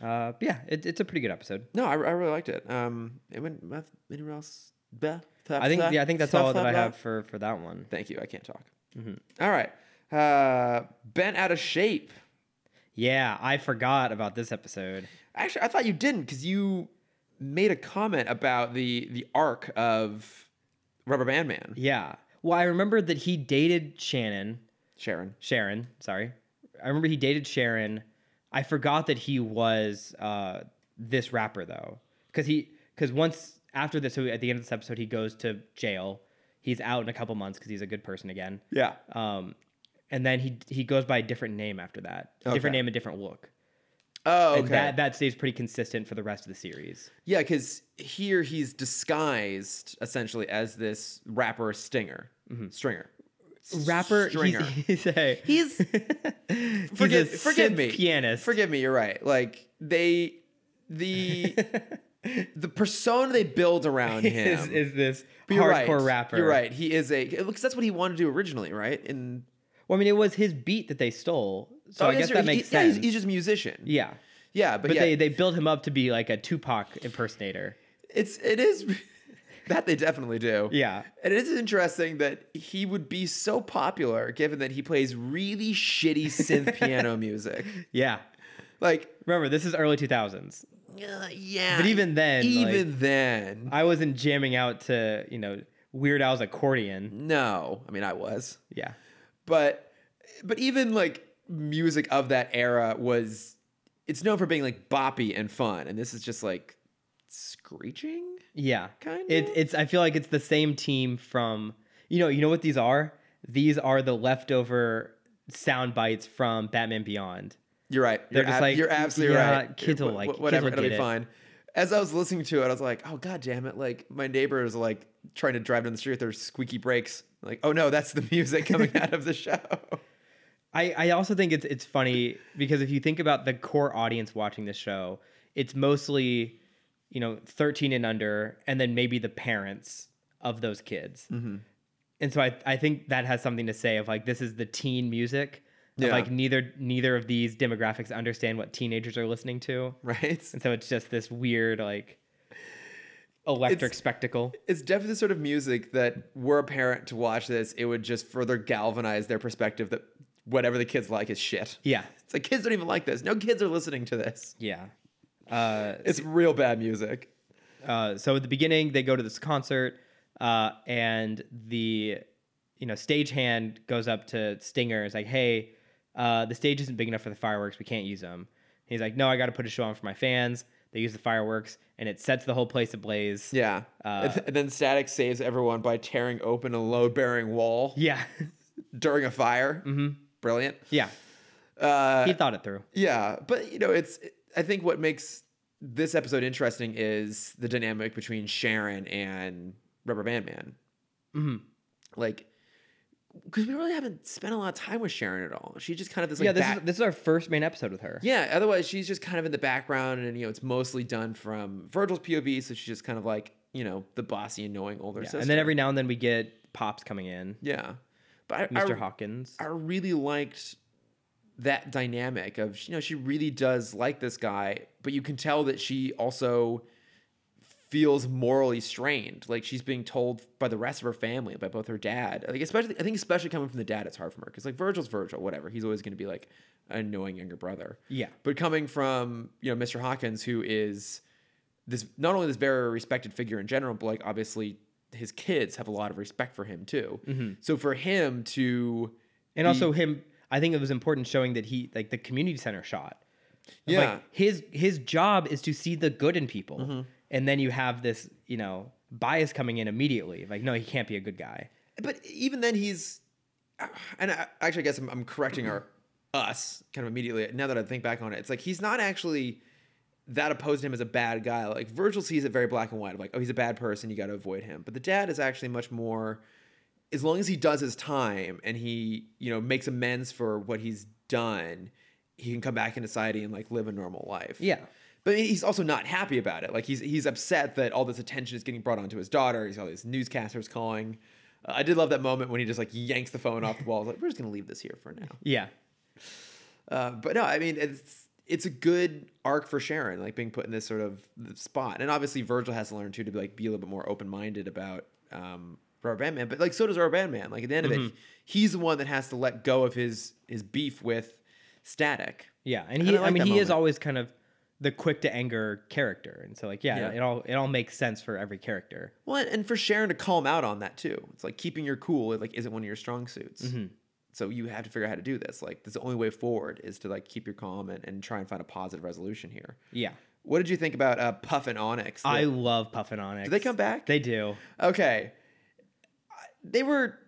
B: uh, but yeah. It, it's a pretty good episode.
A: no, I, I really liked it. Um, it went anyone else? Blah, blah,
B: I think
A: blah,
B: yeah, I think that's
A: blah,
B: all
A: blah,
B: that I
A: blah.
B: have for for that one.
A: Thank you. I can't talk. Mm-hmm. All right. Uh, bent out of shape.
B: Yeah, I forgot about this episode.
A: Actually, I thought you didn't because you made a comment about the the arc of Rubber Band Man,
B: Yeah. Well, I remember that he dated Shannon,
A: Sharon.
B: Sharon, sorry. I remember he dated Sharon. I forgot that he was uh, this rapper though, because he because once after this, so at the end of this episode, he goes to jail. He's out in a couple months because he's a good person again.
A: Yeah.
B: Um, and then he he goes by a different name after that, A different
A: Okay.
B: name, a different look,
A: Oh, okay.
B: and that that stays pretty consistent for the rest of the series.
A: yeah, because here he's disguised essentially as this rapper Stinger, Mm-hmm. Stringer,
B: Rapper,
A: Stringer.
B: he's, he's a
A: He's-
B: he's
A: forgive,
B: a
A: forgive
B: synth
A: me,
B: pianist.
A: Forgive me. You're right. Like they, the the persona they build around him
B: is, is this
A: But
B: hardcore
A: you're right.
B: rapper?
A: You're right. He is a because that's what he wanted to do originally, right? And
B: Well, I mean, it was his beat that they stole, so
A: Oh,
B: I
A: yes,
B: guess
A: you're-
B: that
A: he-
B: makes
A: yeah,
B: sense.
A: he's, he's just a musician.
B: yeah,
A: yeah, but,
B: but
A: yeah,
B: they they built him up to be like a Tupac impersonator.
A: it's it is that they definitely do.
B: Yeah.
A: and it is interesting that he would be so popular given that he plays really shitty synth piano music.
B: Yeah,
A: Like,
B: remember this is early two thousands.
A: uh, yeah,
B: But even then,
A: even then,
B: I wasn't jamming out to you know Weird Al's accordion.
A: no, I mean I was.
B: Yeah,
A: but but even like music of that era was it's known for being like boppy and fun and this is just like screeching
B: yeah.
A: Kinda.
B: It, it's I feel like it's the same team from you know you know what these are. These are the leftover sound bites from Batman Beyond.
A: you're right
B: They're
A: you're,
B: just like,
A: you're absolutely
B: yeah,
A: right
B: kids will
A: Wh- wh-
B: like it. Kids
A: whatever
B: will
A: it'll
B: get
A: be
B: it.
A: fine as i was listening to it i was like oh god damn it like my neighbor is like trying to drive down the street with their squeaky brakes like oh no that's the music coming out of the show
B: I, I also think it's it's funny because if you think about the core audience watching this show, it's mostly, you know, 13 and under, and then maybe the parents of those kids. And so I, I think that has something to say of like this is the teen music. of,
A: Yeah.
B: Like neither neither of these demographics understand what teenagers are listening to.
A: right
B: And so it's just this weird like electric
A: It's-
B: spectacle.
A: it's definitely the sort of music that were a parent to watch this it would just further galvanize their perspective that whatever the kids like is shit
B: Yeah.
A: It's like kids don't even like this. No kids are listening to this.
B: Yeah. Uh,
A: It's real bad music.
B: Uh, so at the beginning, they go to this concert, uh, and the you know stagehand goes up to Stinger and is like, "Hey, uh, the stage isn't big enough for the fireworks. We can't use them." He's like, "No, I got to put a show on for my fans. They use the fireworks, and it sets the whole place ablaze."
A: Yeah.
B: Uh,
A: and, and then Static saves everyone by tearing open a load bearing wall
B: yeah,
A: during a fire. Mm-hmm. Brilliant.
B: yeah.
A: Uh,
B: He thought it through.
A: yeah. But, you know, it's, I think what makes this episode interesting is the dynamic between Sharon and Rubber Band Man.
B: Mhm.
A: Like, because we really haven't spent a lot of time with Sharon at all. She's just kind of this like
B: yeah, this
A: back-
B: is this is our first main episode with her.
A: yeah, otherwise she's just kind of in the background and you know it's mostly done from Virgil's POV, so she's just kind of like, you know, the bossy, annoying older
B: Yeah,
A: sister.
B: And then every now and then we get pops coming in,
A: Yeah. But I,
B: Mr.
A: I,
B: Hawkins.
A: I really liked that dynamic of you know, she really does like this guy, but you can tell that she also feels morally strained. Like she's being told by the rest of her family, by both her dad. Like especially I think especially coming from the dad, it's hard for her. Because like Virgil's Virgil, whatever. He's always gonna be like an annoying younger brother.
B: yeah.
A: But coming from you know Mr. Hawkins, who is this not only this very respected figure in general, but like obviously his kids have a lot of respect for him too. So for him to
B: And also him I think it was important showing that he like the community center shot. Of,
A: yeah Mm-hmm.
B: Like his his job is to see the good in people. And then you have this, you know, bias coming in immediately. Like, no, he can't be a good guy.
A: but even then he's and I, actually i guess I'm, I'm correcting our us kind of immediately now that i think back on it it's like he's not actually that opposed to him as a bad guy like virgil sees it very black and white of like oh he's a bad person you got to avoid him but the dad is actually much more as long as he does his time and he you know makes amends for what he's done he can come back into society and like live a normal life
B: Yeah.
A: but he's also not happy about it. Like he's he's upset that all this attention is getting brought onto his daughter. He's got all these newscasters calling. Uh, I did love that moment when he just like yanks the phone off the wall. Like we're just gonna leave this here for now.
B: Yeah.
A: Uh, but no, I mean it's it's a good arc for Sharon, like being put in this sort of spot. And obviously Virgil has to learn too to like be a little bit more open minded about um, Rubber Band Man. But like so does Rubber Band Man. Like at the end
B: Mm-hmm.
A: of it, he's the one that has to let go of his his beef with Static.
B: Yeah. And
A: And
B: he
A: I
B: I,
A: like
B: mean
A: that
B: he is
A: moment.
B: always kind of the quick to anger character. And so like yeah,
A: Yeah.
B: it all it all makes sense for every character.
A: Well, and for Sharon to call him out on that too. It's like keeping your cool like isn't one of your strong suits.
B: Mm-hmm.
A: So you have to figure out how to do this. Like this the only way forward is to like keep your calm and, and try and find a positive resolution here.
B: Yeah.
A: What did you think about uh, Puff and Onyx?
B: I love Puffin Onyx.
A: did they come back?
B: They do.
A: okay. I- They were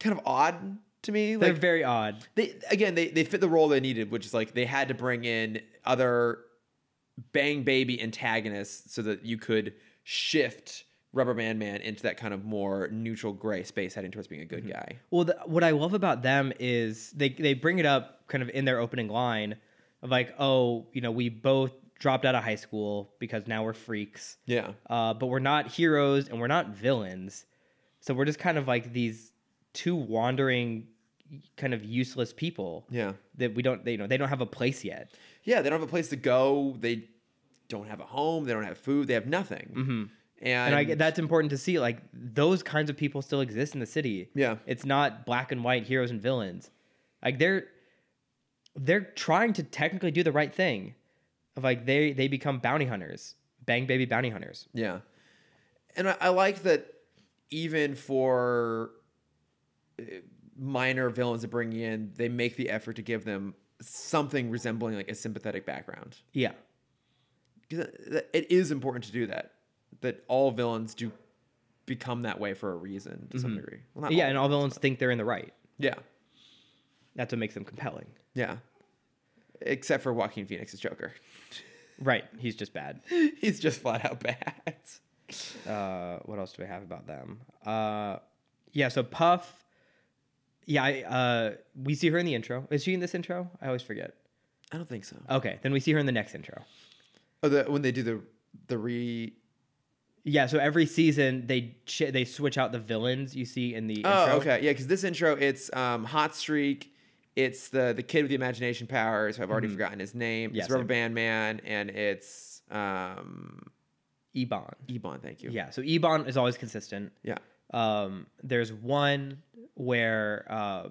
A: kind of odd to me.
B: They're
A: Like
B: very odd.
A: they again they, they fit the role they needed, which is like they had to bring in other bang baby antagonists so that you could shift Rubber Band Man into that kind of more neutral gray space heading towards being a
B: Mm-hmm.
A: good guy.
B: Well, the, what I love about them is they they bring it up kind of in their opening line of like, oh, you know, we both dropped out of high school because now we're freaks,
A: Yeah.
B: uh, but we're not heroes and we're not villains, so we're just kind of like these two wandering, kind of useless people
A: Yeah.
B: that we don't, they, you know, they don't have a place yet.
A: Yeah, they don't have a place to go. They don't have a home. They don't have food. They have nothing. And,
B: Mm-hmm. And I, get- that's important to see. Like those kinds of people still exist in the city.
A: Yeah.
B: it's not black and white heroes and villains. Like they're they're trying to technically do the right thing. Of like they they become bounty hunters, bang baby bounty hunters.
A: Yeah. And I, I like that even for uh, minor villains they're bringing in, they make the effort to give them something resembling like a sympathetic background.
B: Yeah,
A: 'Cause it- it is important to do that, that all villains do become that way for a reason to some degree. Well, not
B: yeah,
A: all.
B: and all villains think they're in the right.
A: yeah.
B: That's what makes them compelling.
A: Yeah. Except for Joaquin Phoenix's Joker.
B: Right, he's just bad.
A: He's just flat out bad.
B: Uh, what else do we have about them? Uh, yeah, so Puff. Yeah, I, uh, we see her in the intro. Is she in this intro? I always forget.
A: I don't think so.
B: Okay, then we see her in the next intro.
A: Oh, the, when they do the the re
B: Yeah, so every season they ch- they switch out the villains you see in the
A: Oh,
B: intro.
A: okay, yeah, because this intro it's um, hot streak, it's the the kid with the imagination powers. Who I've already forgotten his name.
B: Yeah,
A: it's Rubber Band
B: same.
A: Man, and it's um,
B: Ebon.
A: Ebon. Thank you.
B: Yeah, so Ebon is always consistent.
A: yeah,
B: Um, there's one where uh,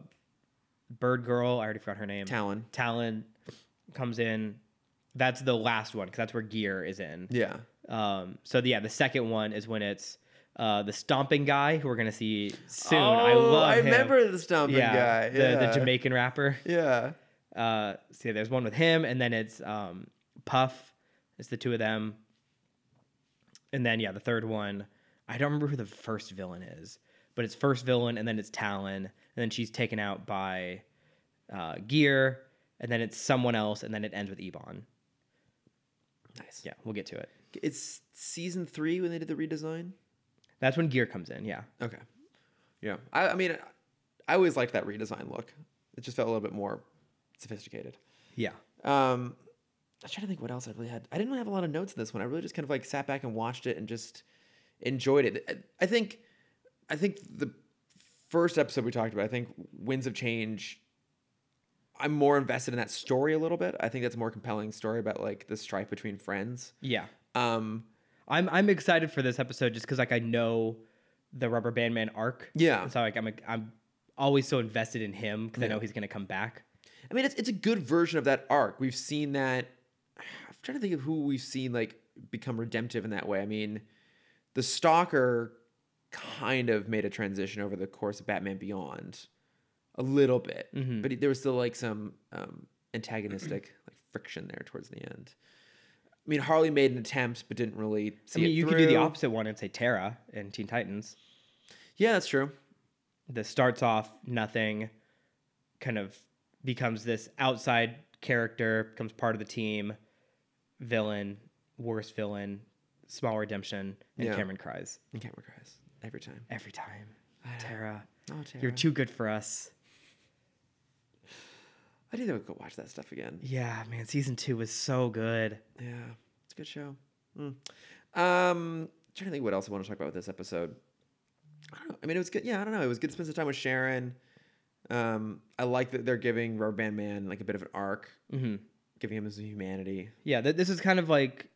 B: Bird Girl, I already forgot her name.
A: Talon.
B: Talon comes in. That's the last one because that's where Gear is in.
A: Yeah,
B: Um, so the, yeah, the second one is when it's uh, the stomping guy who we're gonna see soon. I
A: Oh,
B: love.
A: I
B: him.
A: remember the stomping
B: Yeah,
A: guy.
B: the,
A: Yeah.
B: the Jamaican rapper.
A: Yeah,
B: uh see there's one with him and then it's um puff it's the two of them and then yeah the third one i don't remember who the first villain is but it's first villain and then it's talon and then she's taken out by uh gear and then it's someone else and then it ends with ebon
A: Nice.
B: Yeah, we'll get to it.
A: It's season three when they did the redesign.
B: That's when gear comes in. Yeah.
A: Okay. Yeah. I, I mean, I always liked that redesign look. It just felt a little bit more sophisticated.
B: Yeah.
A: Um, I'm trying to think what else I really had. I didn't really have a lot of notes in this one. I really just kind of like sat back and watched it and just enjoyed it. I- I think, I think the first episode we talked about, I think Winds of Change. I'm more invested in that story a little bit. I think that's a more compelling story about like the strife between friends.
B: Yeah.
A: Um,
B: I'm I'm excited for this episode just because like I know the Rubber Band Man arc.
A: Yeah.
B: And so like I'm I'm always so invested in him because I know he's gonna come back.
A: I mean, it's it's a good version of that arc. We've seen that. I'm trying to think of who we've seen like become redemptive in that way. I mean, the Stalker kind of made a transition over the course of Batman Beyond, a little bit,
B: Mhm.
A: but there was still like some um, antagonistic like friction there towards the end. I mean, Harley made an attempt, but didn't really. See
B: I mean,
A: it
B: you could do the
A: through.
B: opposite one and say Terra in Teen Titans.
A: Yeah, that's true.
B: That starts off nothing, kind of becomes this outside character, becomes part of the team, villain, worst villain, small redemption, and
A: Yeah.
B: Cameron cries
A: And camera cries every time.
B: every time.
A: I-
B: Tara,
A: Oh,
B: you're
A: Tara.
B: too good for us.
A: I need to go watch that stuff again.
B: Yeah, man, season two was so good.
A: Yeah, it's a good show. Mm. Um, trying to think what else I want to talk about with this episode. I don't know. I mean, it was good. Yeah, I don't know. It was good to spend some time with Sharon. Um, I like that they're giving Rubber Band Man like a bit of an arc,
B: Mm-hmm.
A: giving him his humanity.
B: Yeah, th- this is kind of like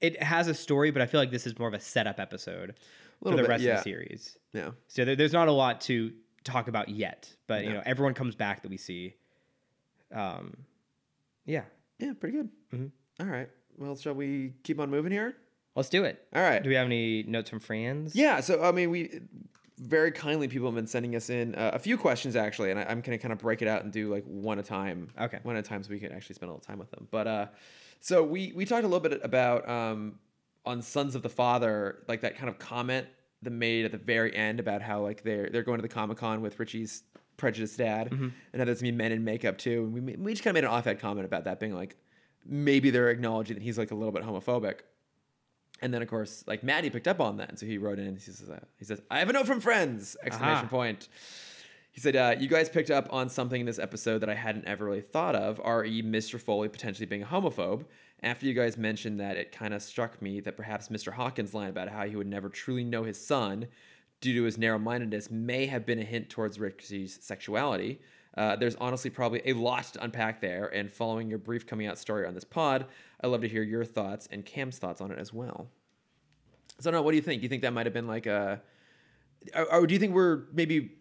B: it has a story, but I feel like this is more of a setup episode for the
A: Little bit,
B: rest of
A: yeah.
B: the series.
A: Yeah,
B: So there, there's not a lot to talk about yet, but you
A: No.
B: know, everyone comes back that we see. Um, yeah,
A: yeah, pretty good.
B: Mhm.
A: All right. Well, shall we keep on moving here?
B: let's do it.
A: All right.
B: Do we have any notes from friends?
A: Yeah, so I mean, we very kindly people have been sending us in uh, a few questions actually, and I, I'm gonna kind of break it out and do like one at a time.
B: Okay.
A: One at a time, so we can actually spend a little time with them. But uh, so we we talked a little bit about um on Sons of the Father, like that kind of comment that made at the very end about how like they're they're going to the Comic Con with Richie's prejudiced dad,
B: Mm-hmm.
A: and how there's gonna be men in makeup too, and we ma- we just kind of made an offhand comment about that being like maybe they're acknowledging that he's like a little bit homophobic. And then of course, like Maddie picked up on that, and so he wrote in and he says, uh, he says, I have a note from friends! Exclamation
B: Aha.
A: point. He said, uh, you guys picked up on something in this episode that I hadn't ever really thought of, re Mr. Foley potentially being a homophobe. After you guys mentioned that, it kind of struck me that perhaps Mr. Hawkins' line about how he would never truly know his son due to his narrow-mindedness may have been a hint towards Richie's sexuality. Uh, there's honestly probably a lot to unpack there, and following your brief coming out story on this pod, I'd love to hear your thoughts and Cam's thoughts on it as well. So, no, what do you think? Do you think that might have been like a, or, or do you think we're maybe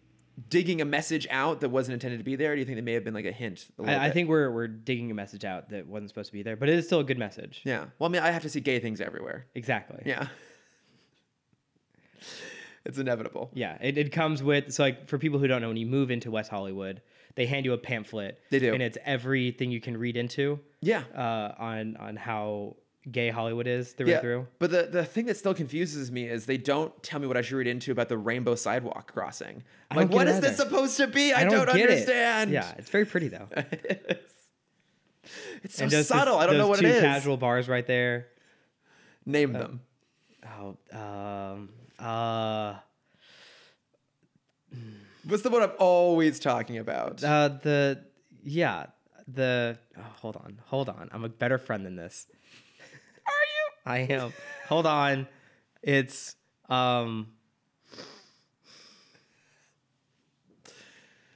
A: digging a message out that wasn't intended to be there? Or do you think that may have been like a hint? a little
B: I, I
A: bit?
B: think we're we're digging a message out that wasn't supposed to be there, but it is still a good message.
A: Yeah. Well, I mean, I have to see gay things everywhere.
B: Exactly.
A: Yeah. it's inevitable.
B: Yeah, it, it comes with so like for people who don't know, when you move into West Hollywood, they hand you a pamphlet.
A: They do.
B: and it's everything you can read into
A: Yeah.
B: uh, on on how gay Hollywood is through and through.
A: But the, the thing that still confuses me is they don't tell me what I should read into about the rainbow sidewalk crossing.
B: I
A: like,
B: don't get
A: what
B: it
A: is this
B: either.
A: supposed to be? I, don't,
B: get it.
A: understand.
B: Yeah, it's very pretty though.
A: it's so
B: those-
A: subtle. I don't know
B: those
A: what
B: two
A: it is.
B: Casual uh, bars right there.
A: Name them.
B: Oh, um, uh,
A: What's the one I'm always talking about?
B: uh, the yeah, the oh, hold on, hold on. I'm a better friend than this. Are you? I am. hold on. It's um.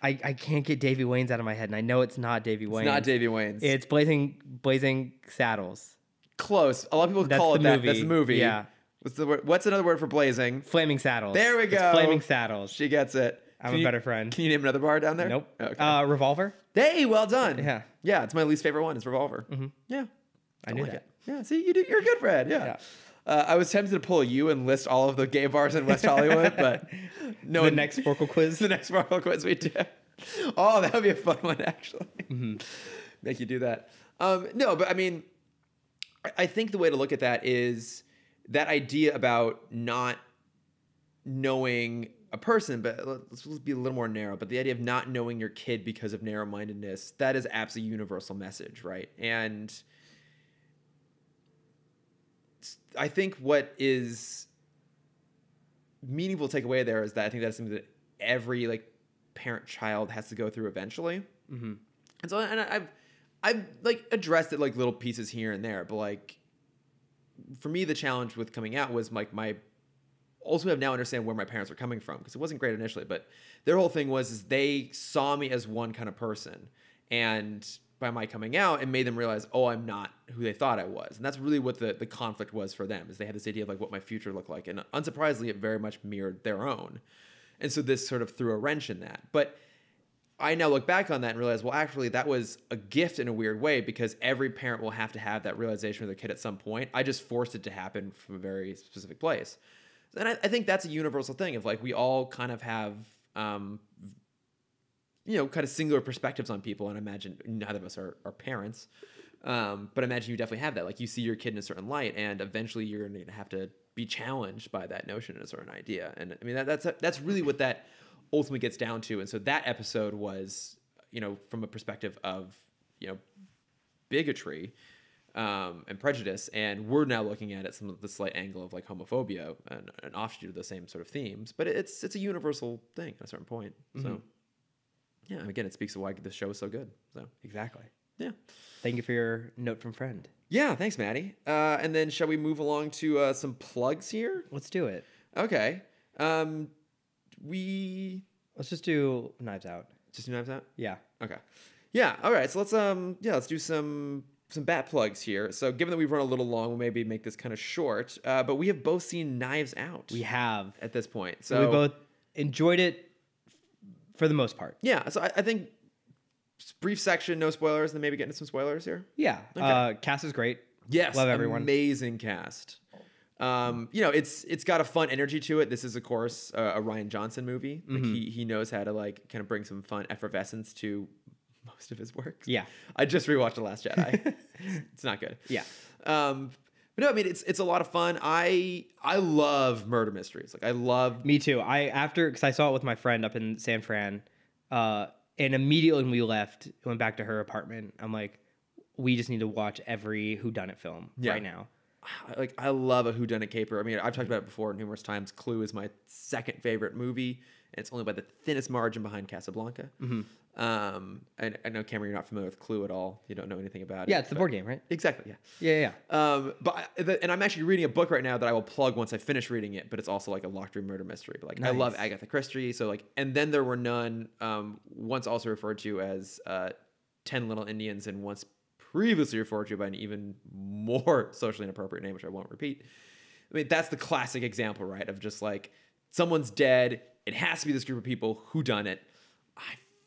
B: I, I can't get Davy Wayne's out of my head, and I know it's not Davy Wayne.
A: it's not Davy Wayne's.
B: It's blazing blazing saddles,
A: close. A lot of people
B: That's
A: call it
B: the
A: that. That's the
B: movie.
A: movie.
B: Yeah.
A: What's the word? What's another word for blazing?
B: flaming saddles.
A: There we
B: It's
A: go.
B: flaming saddles.
A: She gets it.
B: I'm
A: Can
B: a
A: you-
B: better friend.
A: Can you name another bar down there?
B: Nope.
A: Okay.
B: Uh, revolver.
A: hey, well done.
B: yeah. Mm-hmm.
A: Yeah, it's my least favorite one. It's Revolver. Yeah.
B: I knew
A: like
B: that.
A: it. Yeah, see, you do, you're a good, Brad. Yeah. Uh, I was tempted to pull you and list all of the gay bars in West Hollywood, but no.
B: the
A: one-
B: next Sporkle quiz.
A: the next Marvel quiz we do. Oh, that would be a fun one actually.
B: Mm-hmm.
A: Make you do that. Um, no, but I mean, I- I think the way to look at that is that idea about not knowing a person, but let's, let's be a little more narrow. But the idea of not knowing your kid because of narrow-mindedness—that is absolutely universal message, right? And I think what is meaningful takeaway there is that I think that's something that every like parent child has to go through eventually.
B: Mm-hmm.
A: And so and I- I've I've like addressed it like little pieces here and there, but like for me the challenge with coming out was like my also have now understand where my parents are coming from because it wasn't great initially, but their whole thing was is they saw me as one kind of person and by my coming out it made them realize oh I'm not who they thought I was and that's really what the the conflict was for them is they had this idea of like what my future looked like and unsurprisingly it very much mirrored their own and so this sort of threw a wrench in that but I now look back on that and realize, well, actually, that was a gift in a weird way because every parent will have to have that realization with their kid at some point. I just forced it to happen from a very specific place. And I, I think that's a universal thing of like we all kind of have, um, you know, kind of singular perspectives on people. And I imagine neither of us are, are parents, um, but I imagine you definitely have that. Like you see your kid in a certain light, and eventually you're going to have to be challenged by that notion and a certain idea. And I mean, that, that's that's really what that ultimately gets down to. And so that episode was, you know, from a perspective of, you know, bigotry um, and prejudice. And we're now looking at it from the slight angle of like homophobia, an, an offshoot of the same sort of themes. But it's it's a universal thing at a certain point. So yeah, and again, it speaks to why the show is so good. So
B: Exactly.
A: yeah.
B: Thank you for your note from friend.
A: Yeah, thanks, Maddie. Uh, and then shall we move along to uh, some plugs here?
B: Let's do it.
A: Okay. Um, we
B: Let's just do Knives Out.
A: just do knives out.
B: Yeah.
A: Okay. Yeah. All right. So let's um yeah let's do some some bat plugs here. So given that we've run a little long, we'll maybe make this kind of short. Uh, but we have both seen Knives Out
B: We have.
A: at this point. So
B: So we both enjoyed it for the most part.
A: yeah. So I, I think s- brief section, no spoilers, and then maybe get into some spoilers here.
B: Yeah. Uh, Cass is great.
A: Yes,
B: Love everyone.
A: Amazing cast. Um, you know, it's it's got a fun energy to it. This is, of course, uh, a Ryan Johnson movie. Like
B: Mm-hmm.
A: he he knows how to like kind of bring some fun effervescence to most of his works.
B: Yeah.
A: I just rewatched The Last Jedi. it's not good.
B: Yeah.
A: Um, but no, I mean it's it's a lot of fun. I I love murder mysteries. Like I love
B: Me too. I after because I saw it with my friend up in San Fran, uh, and immediately when we left, went back to her apartment. I'm like, we just need to watch every Who Done It film
A: Yeah.
B: right now.
A: like I love a whodunit caper. I mean, I've talked about it before numerous times. Clue is my second favorite movie, and it's only by the thinnest margin behind Casablanca.
B: Mm-hmm.
A: Um, and I know Cameron, you're not familiar with Clue at all. You don't know anything about it.
B: Yeah, it's the
A: but-
B: board game, right?
A: Exactly. Yeah.
B: Yeah, yeah, yeah.
A: Um, but I, the, and I'm actually reading a book right now that I will plug once I finish reading it. But it's also like a locked room murder mystery. But like I love
B: Nice.
A: Agatha Christie. So like, and then there were none. Um, once also referred to as uh, Ten Little Indians, and once previously referred to by an even more socially inappropriate name, which I won't repeat. I mean, that's the classic example, right? Of just like someone's dead. It has to be this group of people who done it. I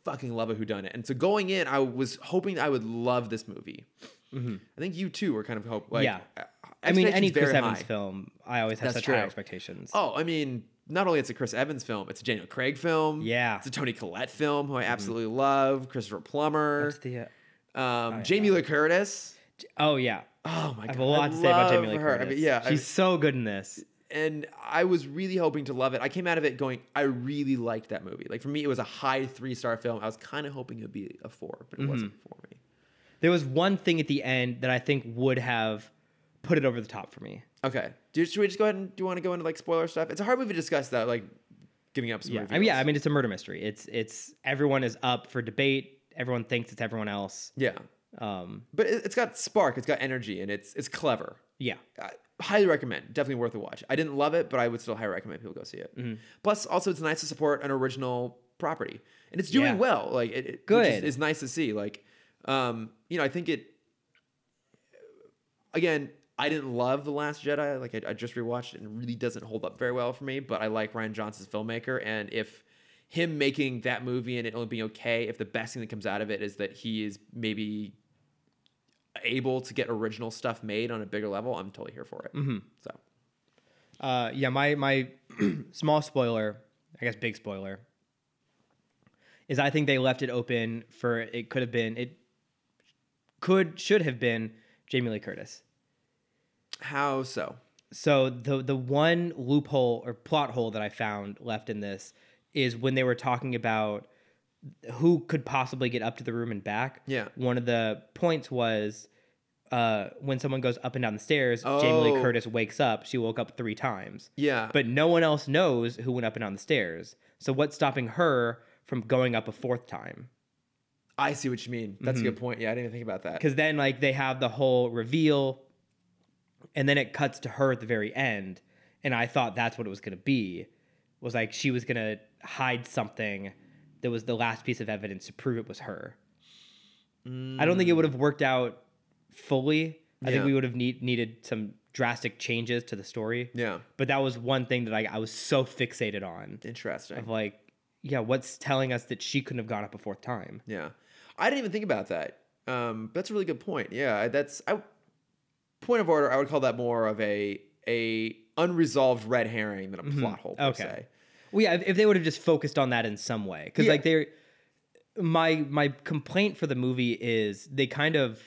A: fucking love a who done it. And so going in, I was hoping I would love this movie. I think you too were kind of hope. Like,
B: Mm-hmm. Yeah.
A: uh,
B: I mean, any
A: expectations very
B: Chris Evans
A: high.
B: film, I always have
A: That's
B: such
A: true.
B: high expectations.
A: Oh, I mean, not only it's a Chris Evans film, it's a Daniel Craig film.
B: Yeah. Mm-hmm.
A: it's a Tony Collette film, who I absolutely love. Christopher Plummer,
B: What's the, uh,
A: um, Jamie Lee Curtis.
B: oh yeah.
A: Oh my god,
B: I have a lot to say about Jamie Lee
A: love her. I
B: Curtis.
A: mean, yeah, I-
B: she's so good in this.
A: and I was really hoping to love it. I came out of it going, I really liked that movie. Like for me, it was a high three star film. I was kind of hoping it would be a four, but it
B: Mm-hmm.
A: wasn't for me.
B: There was one thing at the end that I think would have put it over the top for me.
A: Okay, do, should we just go ahead and do you want to go into like spoiler stuff? It's a hard movie to discuss that, like giving up some
B: Yeah, I
A: reveals.
B: mean, yeah. I mean, it's a murder mystery. It's it's everyone is up for debate. Everyone thinks it's everyone else.
A: yeah,
B: Um,
A: but it, it's got spark, it's got energy, and it's it's clever.
B: yeah.
A: I highly recommend. Definitely worth a watch. I didn't love it, but I would still highly recommend people go see it.
B: Mm-hmm.
A: Plus, also it's nice to support an original property, and it's doing
B: Yeah.
A: well. Like it, it
B: Good.
A: It's nice to see. Like, um, you know, I think it. Again, I didn't love the Last Jedi. Like I, I just rewatched it, and it really doesn't hold up very well for me. But I like Ryan Johnson's filmmaker, and if him making that movie and it only being okay, if the best thing that comes out of it is that he is maybe able to get original stuff made on a bigger level, I'm totally here for it.
B: Mm-hmm.
A: So
B: Uh, yeah, my my small spoiler, I guess big spoiler, is I think they left it open for it could have been it could should have been Jamie Lee Curtis.
A: how so?
B: So the the one loophole or plot hole that I found left in this is when they were talking about who could possibly get up to the room and back.
A: Yeah.
B: One of the points was uh, when someone goes up and down the stairs, Jamie Lee
A: Oh.
B: Curtis wakes up. She woke up three times,
A: Yeah.
B: but no one else knows who went up and down the stairs. So what's stopping her from going up a fourth time?
A: I see what you mean. That's
B: Mm-hmm.
A: a good point. Yeah, I didn't even think about that.
B: Because then like they have the whole reveal, and then it cuts to her at the very end, and I thought that's what it was gonna be, was like she was gonna hide something that was the last piece of evidence to prove it was her. I don't think it would have worked out fully. I think
A: Yeah.
B: we would have need, needed some drastic changes to the story.
A: Yeah.
B: But that was one thing that I, I was so fixated on
A: Interesting.
B: of like, yeah, what's telling us that she couldn't have gone up a fourth time?
A: Yeah, I didn't even think about that. Um, that's a really good point. Yeah, I- that's I. Point of order, I would call that more of a a unresolved red herring than a plot hole per
B: Mm-hmm. Okay.
A: se.
B: Well, yeah, if, if they would have just focused on that in some way, because
A: Yeah.
B: like they're my my complaint for the movie is they kind of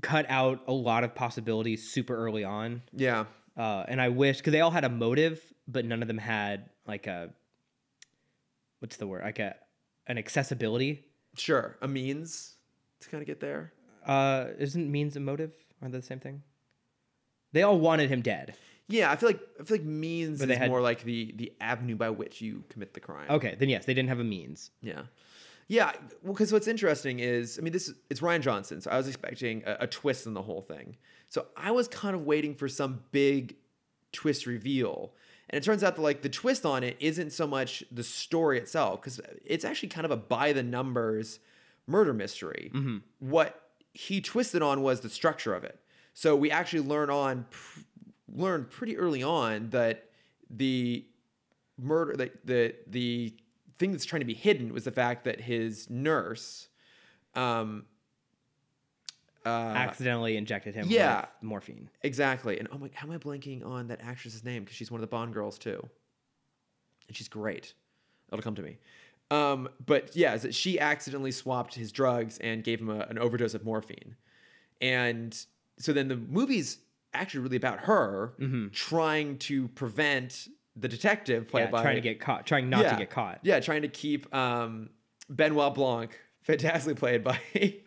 B: cut out a lot of possibilities super early on,
A: Yeah,
B: uh, and I wish because they all had a motive, but none of them had like a what's the word like a an accessibility.
A: sure. A means to kind of get there.
B: Uh, isn't means a motive? Aren't they the same thing? They all wanted him dead.
A: Yeah, I feel like I feel like means
B: But
A: is
B: they had-
A: more like the the avenue by which you commit the crime.
B: Okay, then yes, they didn't have a means.
A: Yeah. Yeah, well, because what's interesting is, I mean, this is, it's Ryan Johnson, so I was expecting a, a twist in the whole thing. So I was kind of waiting for some big twist reveal, and it turns out that like the twist on it isn't so much the story itself, because it's actually kind of a by the numbers murder mystery. What he twisted on was the structure of it. So we actually learn on pr- learned pretty early on that the murder the, the the thing that's trying to be hidden was the fact that his nurse um uh
B: Accidentally injected him
A: yeah.
B: with morphine.
A: exactly and oh my how am i blanking on that actress's name because she's one of the bond girls too and she's great it'll come to me um but yeah is that she accidentally swapped his drugs and gave him a, an overdose of morphine and so then the movie's actually really about her
B: Mm-hmm.
A: trying to prevent the detective played
B: Yeah,
A: by
B: trying to get caught, trying not to get caught.
A: yeah, trying to keep um, Benoit Blanc, fantastically played by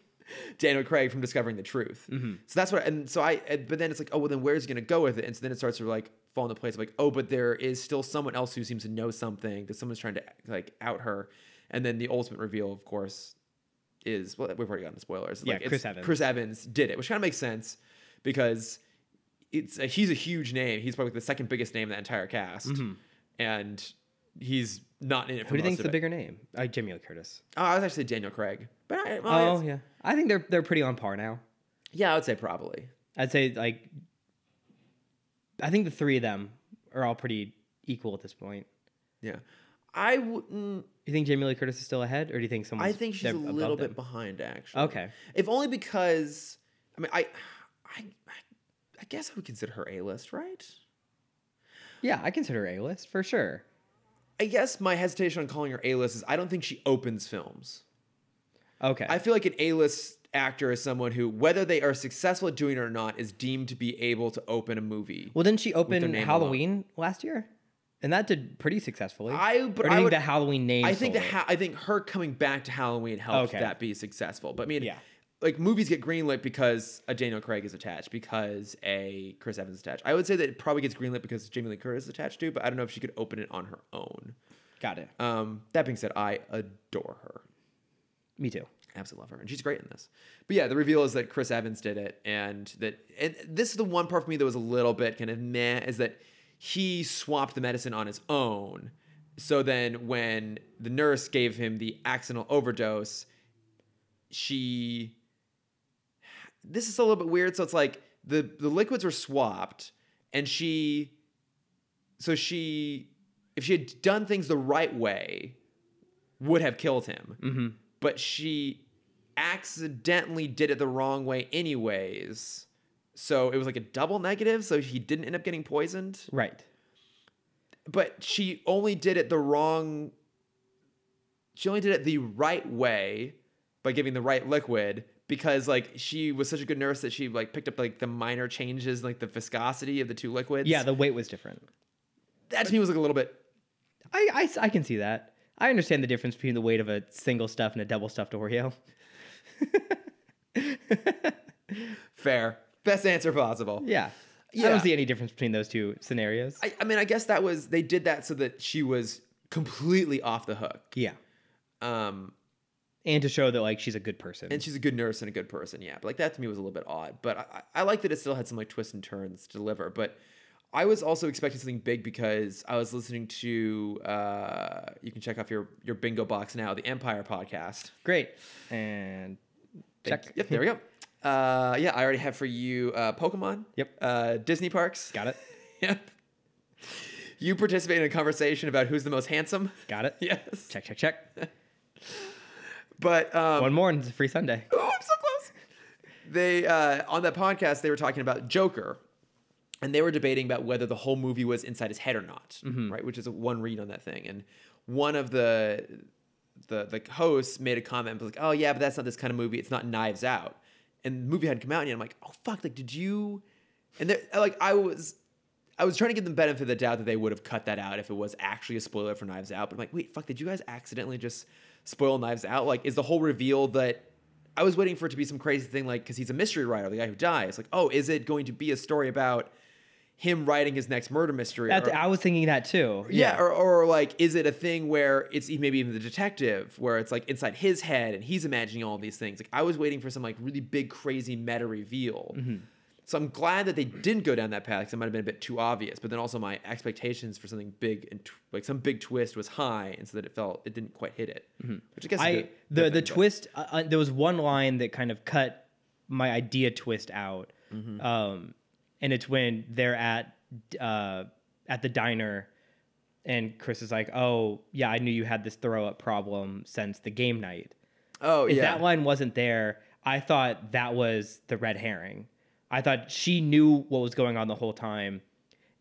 A: Daniel Craig, from discovering the truth.
B: Mm-hmm.
A: So that's what, and so I, and- but then it's like, oh, well, then where's he going to go with it? And so then it starts to like fall into place of like, oh, but there is still someone else who seems to know something that someone's trying to like out her. And then the ultimate reveal, of course, is, well, we've already gotten spoilers.
B: Yeah,
A: like,
B: Chris
A: it's-
B: Evans.
A: Chris Evans did it, which kind of makes sense because it's a, he's a huge name. He's probably the second biggest name in the entire cast, and he's not in it. For
B: Mm-hmm. Who do
A: most
B: you think's
A: of
B: the
A: it.
B: bigger name? Uh, Jimmy Lee Curtis.
A: Oh, I was actually Daniel Craig, but I, well, I-
B: Oh yeah, I think they're they're pretty on par now.
A: yeah, I would say probably.
B: I'd say like, I think the three of them are all pretty equal at this point.
A: Yeah, I wouldn't.
B: You think Jamie Lee Curtis is still ahead, or do you think someone?
A: I think she's a little bit behind actually.
B: Okay.
A: if only because I mean I, I, I, I guess I would consider her A list, right?
B: Yeah, I consider her A-list for sure.
A: I guess my hesitation on calling her A list is I don't think she opens films.
B: Okay.
A: I feel like an A-list actor is someone who, whether they are successful at doing it or not, is deemed to be able to open a movie.
B: well, didn't she open
A: name
B: Halloween last year? And that did pretty successfully.
A: I-
B: Or
A: but
B: do you
A: I
B: think
A: would-
B: the Halloween name.
A: I think
B: sold
A: that
B: it?
A: ha- I think her coming back to Halloween helped
B: Okay.
A: that be successful. But I mean,
B: Yeah.
A: like movies get greenlit because a Daniel Craig is attached, because a Chris Evans is attached. I would say that it probably gets greenlit because Jamie Lee Curtis is attached to, but I don't know if she could open it on her own.
B: got it.
A: Um, that being said, I adore her.
B: Me too.
A: absolutely love her and she's great in this but yeah the reveal is that chris evans did it and that and this is the one part for me that was a little bit kind of meh is that he swapped the medicine on his own so then when the nurse gave him the accidental overdose she this is a little bit weird so it's like the the liquids were swapped and she so she if she had done things the right way would have killed him
B: Mm-hmm.
A: but she accidentally did it the wrong way anyways so it was like a double negative so he didn't end up getting poisoned
B: Right.
A: but she only did it the wrong she only did it the right way by giving the right liquid because like she was such a good nurse that she like picked up like the minor changes like the viscosity of the two liquids
B: Yeah, the weight was different.
A: that to me was like a little bit
B: I, I s- I can see that. I understand the difference between the weight of a single stuff and a double stuffed Oreo.
A: Fair. Best answer possible.
B: Yeah. I
A: Yeah.
B: don't see any difference between those two scenarios.
A: I, I mean, I guess that was they did that so that she was completely off the hook.
B: yeah. Mm.
A: Um,
B: And to show that like she's a good person.
A: and she's a good nurse and a good person. Yeah, but like that to me was a little bit odd. But I, I I like that it still had some like twists and turns to deliver. But I was also expecting something big because I was listening to uh, you can check off your your bingo box now the Empire podcast.
B: Great. And
A: Thank-
B: check.
A: Yep, there we go. Uh, yeah, I already have for you uh, Pokemon.
B: Yep.
A: Uh, Disney parks.
B: Got it.
A: Yep. You participate in a conversation about who's the most handsome.
B: Got it.
A: Yes.
B: Check, check, check.
A: But um,
B: One more and it's a free Sunday.
A: Ooh, Oh, I'm so close. They uh, on that podcast they were talking about Joker, and they were debating about whether the whole movie was inside his head or not, right? Which is a one read on that thing. And one of the the the hosts made a comment was like, "Oh yeah, but that's not this kind of movie. It's not Knives Out." And the movie hadn't come out yet. I'm like, "Oh fuck! Like, did you?" And they're- like I was. I was trying to give them benefit of the doubt that they would have cut that out if it was actually a spoiler for Knives Out. But I'm like, wait, fuck, did you guys accidentally just spoil Knives Out? Like, is the whole reveal that I was waiting for it to be some crazy thing, like because he's a mystery writer, the guy who dies. Like, oh, is it going to be a story about him writing his next murder mystery?
B: That,
A: or-
B: I was thinking that too.
A: yeah, Or, or like, is it a thing where it's e- maybe even the detective, where it's like inside his head and he's imagining all these things? Like, I was waiting for some like really big, crazy meta reveal.
B: Mm-hmm.
A: So I'm glad that they didn't go down that path because it might have been a bit too obvious. But then also my expectations for something big and tw- like some big twist was high, and so that it felt it didn't quite hit it. Which I guess is
B: Mm-hmm. I
A: good-
B: the
A: good thing,
B: the
A: but-
B: twist. Uh, uh, there was one line that kind of cut my idea twist out, um, and it's when they're at uh, at the diner, and Chris is like, "Oh yeah, I knew you had this throw up problem since the game night."
A: Oh
B: If
A: yeah.
B: that line wasn't there, I thought that was the red herring. I thought she knew what was going on the whole time,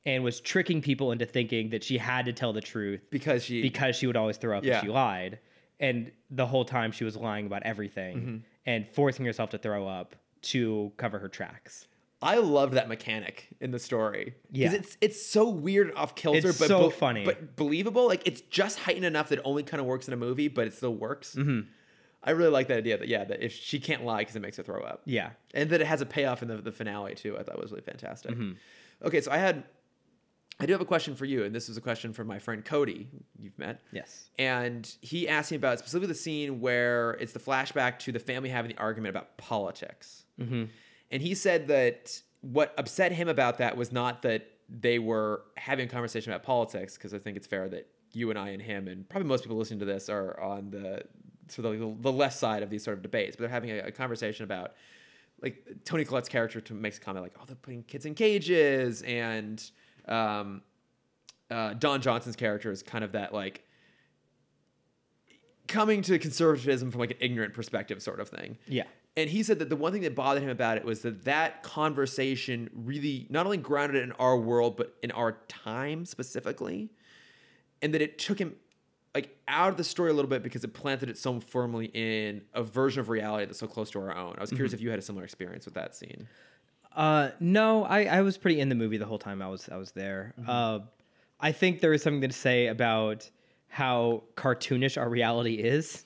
B: and was tricking people into thinking that she had to tell the truth
A: because she
B: because she would always throw up
A: Yeah.
B: if she lied. And the whole time she was lying about everything and forcing herself to throw up to cover her tracks.
A: I love that mechanic in the story.
B: Yeah.
A: Because it's it's so weird and off kilter,
B: It's
A: but
B: so
A: be-
B: funny.
A: But believable. Like it's just heightened enough that it only kind of works in a movie, but it still works.
B: Mm-hmm.
A: I really like that idea that yeah, that if she can't lie because it makes her throw up.
B: Yeah.
A: And that it has a payoff in the, the finale too. I thought was really fantastic.
B: Mm-hmm.
A: Okay, so I had I do have a question for you, and this was a question from my friend Cody, you've met.
B: Yes.
A: And he asked me about specifically the scene where it's the flashback to the family having the argument about politics. And he said that what upset him about that was not that they were having a conversation about politics, because I think it's fair that you and I and him and probably most people listening to this are on the sort of the, the left side of these sort of debates, but they're having a, a conversation about like Tony Collette's character to makes a comment like, "Oh, they're putting kids in cages," and um, uh, Don Johnson's character is kind of that like coming to conservatism from like an ignorant perspective sort of thing.
B: Yeah.
A: And he said that the one thing that bothered him about it was that that conversation really not only grounded it in our world, but in our time specifically. And that it took him like out of the story a little bit because it planted it so firmly in a version of reality that's so close to our own. I was
B: Mm-hmm.
A: curious if you had a similar experience with that scene.
B: Uh, no, I, I was pretty in the movie the whole time I was I was there. Uh, I think there is something to say about how cartoonish our reality is.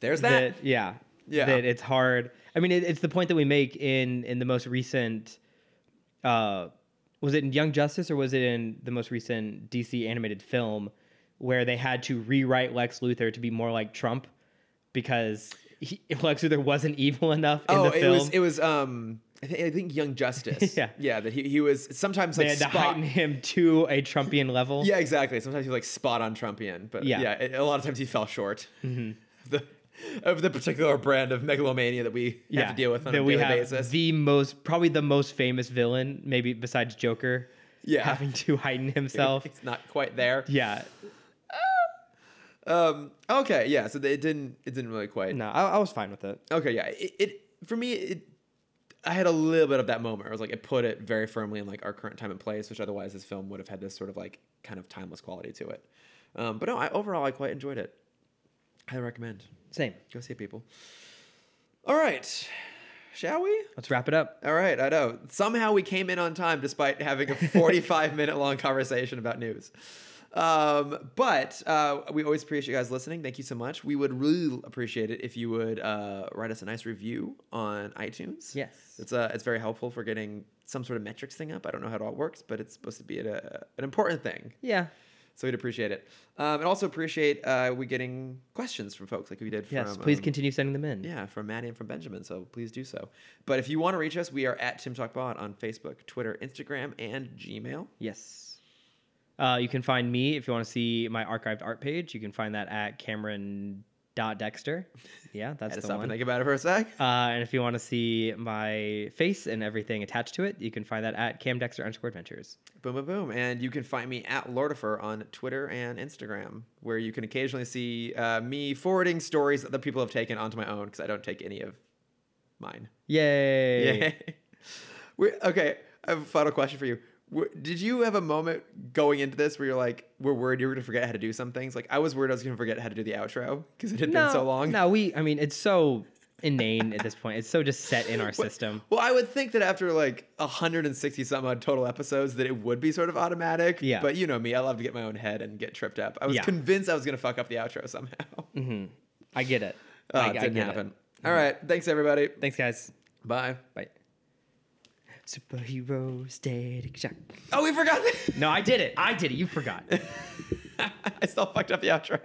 A: There's that.
B: yeah
A: Yeah.
B: that it's hard i mean it, it's the point that we make in in the most recent uh was it in young justice or was it in the most recent dc animated film where they had to rewrite lex luthor to be more like trump because he, lex luthor wasn't evil enough in
A: oh,
B: the film
A: it was it was um I, thi- I think Young Justice.
B: Yeah.
A: Yeah, that he, he was sometimes
B: they
A: like
B: had to
A: spot,
B: heighten him to a trumpian level
A: Yeah, exactly. Sometimes he was like spot on Trumpian, but yeah,
B: Yeah.
A: it-
B: Mm-hmm.
A: a lot of times he fell short of, the, of the particular brand of megalomania that we have to deal with on
B: that
A: a
B: we
A: daily
B: have
A: basis.
B: the most, probably the most famous villain, maybe besides Joker,
A: Yeah.
B: having to heighten himself.
A: it's not quite there.
B: yeah,
A: Um, okay, yeah. So it didn't. It didn't really quite.
B: No, I, I was fine with it.
A: Okay, yeah. It, it for me, it, I had a little bit of that moment. I was like, it put it very firmly in like our current time and place, which otherwise this film would have had this sort of like kind of timeless quality to it. Um, but no, I, overall, I quite enjoyed it. I recommend
B: Same.
A: go see it, people. All right, shall we?
B: Let's wrap it up.
A: All right, I know. Somehow we came in on time despite having a 45 minute long conversation about news. Um, but uh, we always appreciate you guys listening. Thank you so much. We would really appreciate it if you would uh, write us a nice review on iTunes.
B: Yes.
A: It's uh, it's very helpful for getting some sort of metrics thing up. I don't know how it all works, but it's supposed to be a, a- an important thing.
B: Yeah.
A: So we'd appreciate it. Um, and also appreciate uh, we getting questions from folks like we did
B: Yes.
A: from
B: please
A: um,
B: continue sending them in.
A: yeah, from Maddie and from Benjamin. So please do so. But if you want to reach us, we are at Tim Talk Pod on Facebook, Twitter, Instagram, and Gmail.
B: Yes. Uh, you can find me if you want to see my archived art page. You can find that at Cameron.dexter. Yeah,
A: I had
B: that's
A: to
B: the
A: stop and
B: one. Uh,
A: think about it for a sec.
B: and if you want to see my face and everything attached to it, you can find that at camdexter underscore adventures.
A: Boom, boom, boom. And you can find me at Lordifer on Twitter and Instagram, where you can occasionally see uh, me forwarding stories that the people have taken onto my own because I don't take any of mine.
B: Yay!
A: Yeah. we okay, I have a final question for you. Were- Did you have a moment going into this where you're like, we're worried you were going to forget how to do some things? Like, I was worried I was going to forget how to do the outro because it had been so long.
B: No, we. I mean, it's so inane at this point. It's so just set in our
A: Well-
B: system.
A: Well, I would think that after like 160 some odd total episodes, that it would be sort of automatic.
B: Yeah.
A: But you know me, I love to get my own head and get tripped up. I was
B: Yeah.
A: convinced I was going to fuck up the outro somehow.
B: hmm I get it.
A: Oh,
B: I,
A: it
B: I
A: didn't
B: get it.
A: happen. All right. Thanks, everybody.
B: Thanks, guys.
A: Bye.
B: Bye. Superhero static shock.
A: Oh, we forgot. that-
B: No, I did it. I did it. You forgot.
A: I still fucked up the outro.